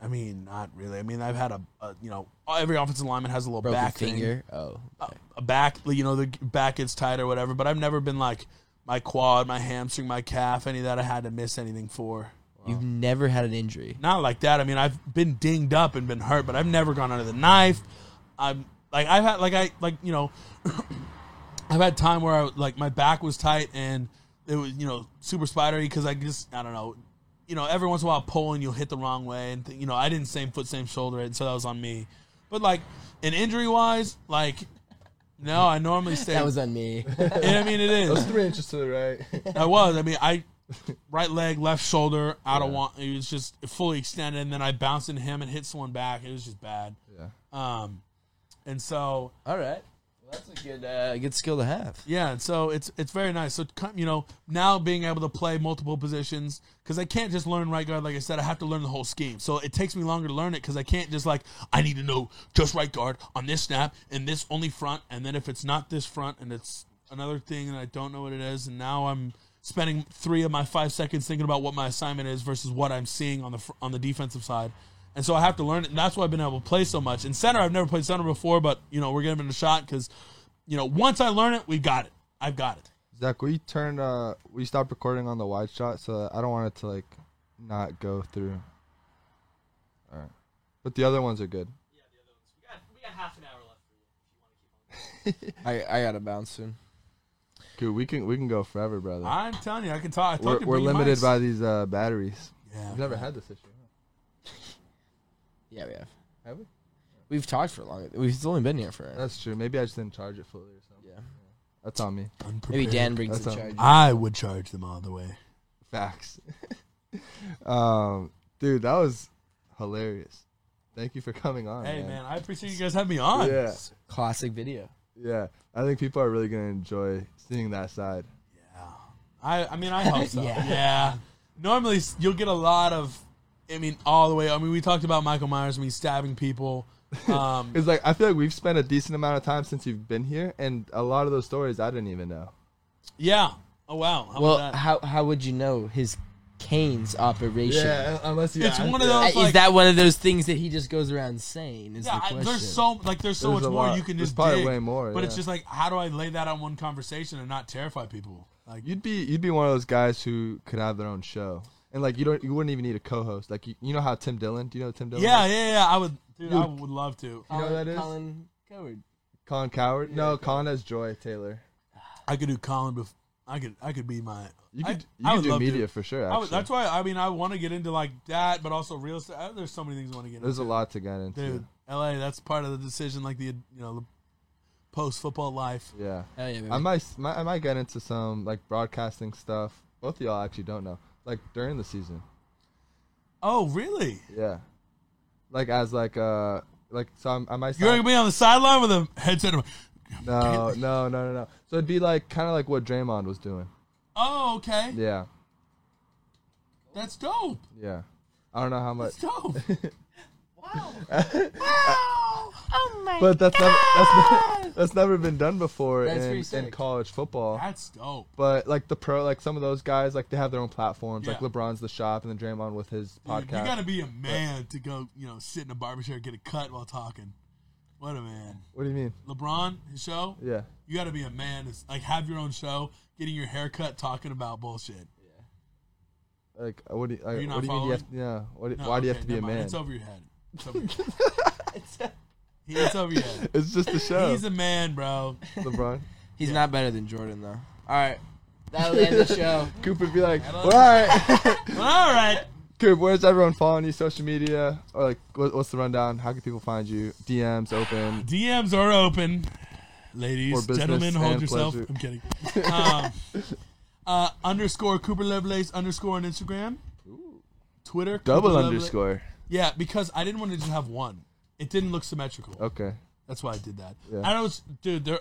E: I mean, not really. I mean, I've had a, a you know, every offensive lineman has a little
F: broken
E: back thing.
F: finger. Oh,
E: A, a back, you know, the back gets tight or whatever. But I've never been like my quad, my hamstring, my calf, any of that I had to miss anything for.
F: you've never had an injury.
E: Not like that. I mean, I've been dinged up and been hurt, but I've never gone under the knife. I'm like I've had like I like you know, I've had time where I like my back was tight and it was you know super spidery because I just I don't know. You know, every once in a while pulling, you'll hit the wrong way, and th- you know I didn't same foot, same shoulder, and so that was on me. But like, an injury wise, like, no, I normally stay.
F: That was on me.
E: and I mean, it is.
G: It's three inches to the right.
E: I was. I mean, I right leg, left shoulder, out of one. It was just fully extended, and then I bounced into him and hit someone back. It was just bad.
G: Yeah.
E: Um, and so
F: All right, well, that's a good uh, good skill to have.
E: yeah, and so it's it's very nice. So come- you know now being able to play multiple positions because I can't just learn right guard. Like I said, I have to learn the whole scheme. So it takes me longer to learn it because I can't just like I need to know just right guard on this snap and this only front, and then if it's not this front and it's another thing and I don't know what it is, and now I'm spending three of my five seconds thinking about what my assignment is versus what I'm seeing on the fr- on the defensive side. And so I have to learn it, and that's why I've been able to play so much. In center, I've never played center before, but you know we're giving it a shot because you know, once I learn it, we got it. I've got it.
G: Zach, we turned uh we stopped recording on the wide shot, so I don't want it to like not go through. Alright. But the other ones are good.
H: We got, we got half an hour left for you if you want to keep on.
F: I I gotta bounce soon.
G: Dude, we can we can go forever, brother.
E: I'm telling you, I can talk. I talked
G: we're
E: to
G: we're
E: Brittany
G: limited
E: Mice.
G: by these uh batteries.
E: Yeah.
G: We've never had this issue.
F: Yeah, we have.
G: Have we?
F: We've talked for long. We've it's only been here for.
G: That's true. Maybe I just didn't charge it fully or something.
F: Yeah.
G: That's on me.
F: Maybe Dan brings
G: That's
F: the
G: all.
F: charge.
E: I would charge them all the way.
G: Facts. um dude, that was hilarious. Thank you for coming on.
E: Hey man, I appreciate you guys having me on.
G: Yeah.
F: Classic video.
G: Yeah. I think people are really gonna enjoy seeing that side.
E: I, I mean, I hope so.
F: Yeah.
E: yeah. Normally, s- you'll get a lot of. I mean, all the way. I mean, we talked about Michael Myers. I mean, stabbing people. Um,
G: It's like I feel like we've spent a decent amount of time since you've been here, and a lot of those stories I didn't even know.
E: yeah. Oh wow. How
F: Well,
E: about that?
F: how how would you know his Kane's operation?
G: unless you.
E: It's one of those-
F: Uh,
E: It's like-
F: is that one of those things that he just goes around saying? Is
E: Yeah,
F: the
E: I-
F: question.
E: there's so like there's so
G: There's
E: much
G: a
E: more
G: lot.
E: you can
G: There's
E: just
G: probably
E: dig,
G: way more,
E: But it's
G: yeah.
E: just like, how do I lay that on one conversation and not terrify people? Like,
G: You'd be you'd be one of those guys who could have their own show, and like you don't you wouldn't even need a co-host. Like you, you know how Tim Dillon? Do you know who Tim Dillon?
E: yeah,
G: is?
E: yeah, yeah. I would, dude, I would love to.
G: You know who that is?
F: Colin Coward.
G: Colin Coward. no, Colin has Joy Taylor.
E: I could do Colin. Bef- I could I could be my.
G: You
E: I-
G: could
E: I
G: you
E: would
G: could do
E: love to.
G: media for sure. Actually,
E: I would, that's why I mean I want to get into like that, but also real estate. Uh, There's so many things I want to get
G: There's
E: into.
G: a lot to get into.
E: Dude, L.A. That's part of the decision, like the you know the post football life.
G: Yeah,
F: Hell Oh, yeah,
G: I
F: baby.
G: might, s- might I might get into some like broadcasting stuff. Both of y'all actually don't know. Like during the season.
E: Oh really?
G: Yeah. Like as like uh like so I'm, I might.
E: You're
G: sound-
E: gonna be on the sideline with a headset. on.
G: No, no, no, no, no. So it'd be like kind of like what Draymond was doing.
E: Oh okay,
G: Yeah,
E: that's dope.
G: yeah. I don't know how much,
E: That's dope.
G: but that's never that's, never, that's never been done before
F: That's pretty
G: in, in
F: sick.
G: college football.
E: That's dope.
G: But like the pro, like some of those guys, like they have their own platforms. Like
E: Yeah.
G: LeBron's the shop, and then Draymond with his
E: Dude, you
G: podcast.
E: gotta be a man to go you know sit in a barber chair and get a cut while talking. What a man.
G: what do you mean?
E: LeBron his show.
G: Yeah,
E: You got to be a man. It's like have your own show, getting your hair cut, talking about bullshit.
G: like uh, what do you? Like,
E: you not
G: what do you mean? You have, yeah. What, do-
E: No,
G: why do you
E: okay,
G: have to be a
E: never mind.
G: man?
E: It's over your head. It's over your head. It's over yet.
G: It's just a show.
E: He's a man, bro.
G: LeBron.
F: He's not better than Jordan though. All right, that'll end the show.
G: Cooper'd be like, all right.
E: All right.
G: Coop, where's everyone following you? Social media? Or like, what, what's the rundown? How can people find you? DMs open.
E: DMs are open.
G: For
E: Ladies,
G: business
E: gentlemen, hold
G: and
E: yourself.
G: pleasure.
E: I'm kidding. Um, uh, underscore Cooper Lovelace underscore on Instagram. Twitter.
G: Double
E: Cooper Lovelace-
G: underscore.
E: Yeah, because I didn't want to just have one. It didn't look symmetrical.
G: Okay.
E: That's why I did that.
G: Yeah.
E: I was, dude. There,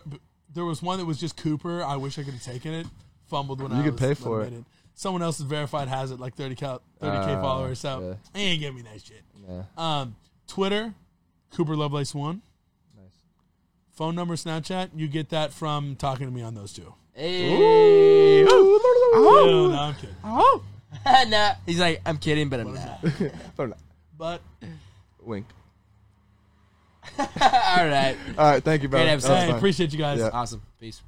E: there was one that was just Cooper. I wish I could have taken it. Fumbled when
G: You
E: I
G: could
E: was
G: pay for
E: when I
G: it.
E: made Someone else's verified has it like 30 k, 30k
G: Ah,
E: followers. So
G: yeah.
E: they ain't give me that shit.
G: Yeah.
E: Um, Twitter, Cooper Lovelace one.
G: Nice.
E: Phone number, Snapchat. You get that from talking to me on those two.
F: Hey.
E: No, no, I'm kidding.
F: nah. He's like, I'm kidding, but I'm not.
E: But
G: Wink.
F: All right.
G: All right. Thank you, bro.
F: Great episode.
E: hey, appreciate you guys.
G: Yeah.
F: Awesome. Peace.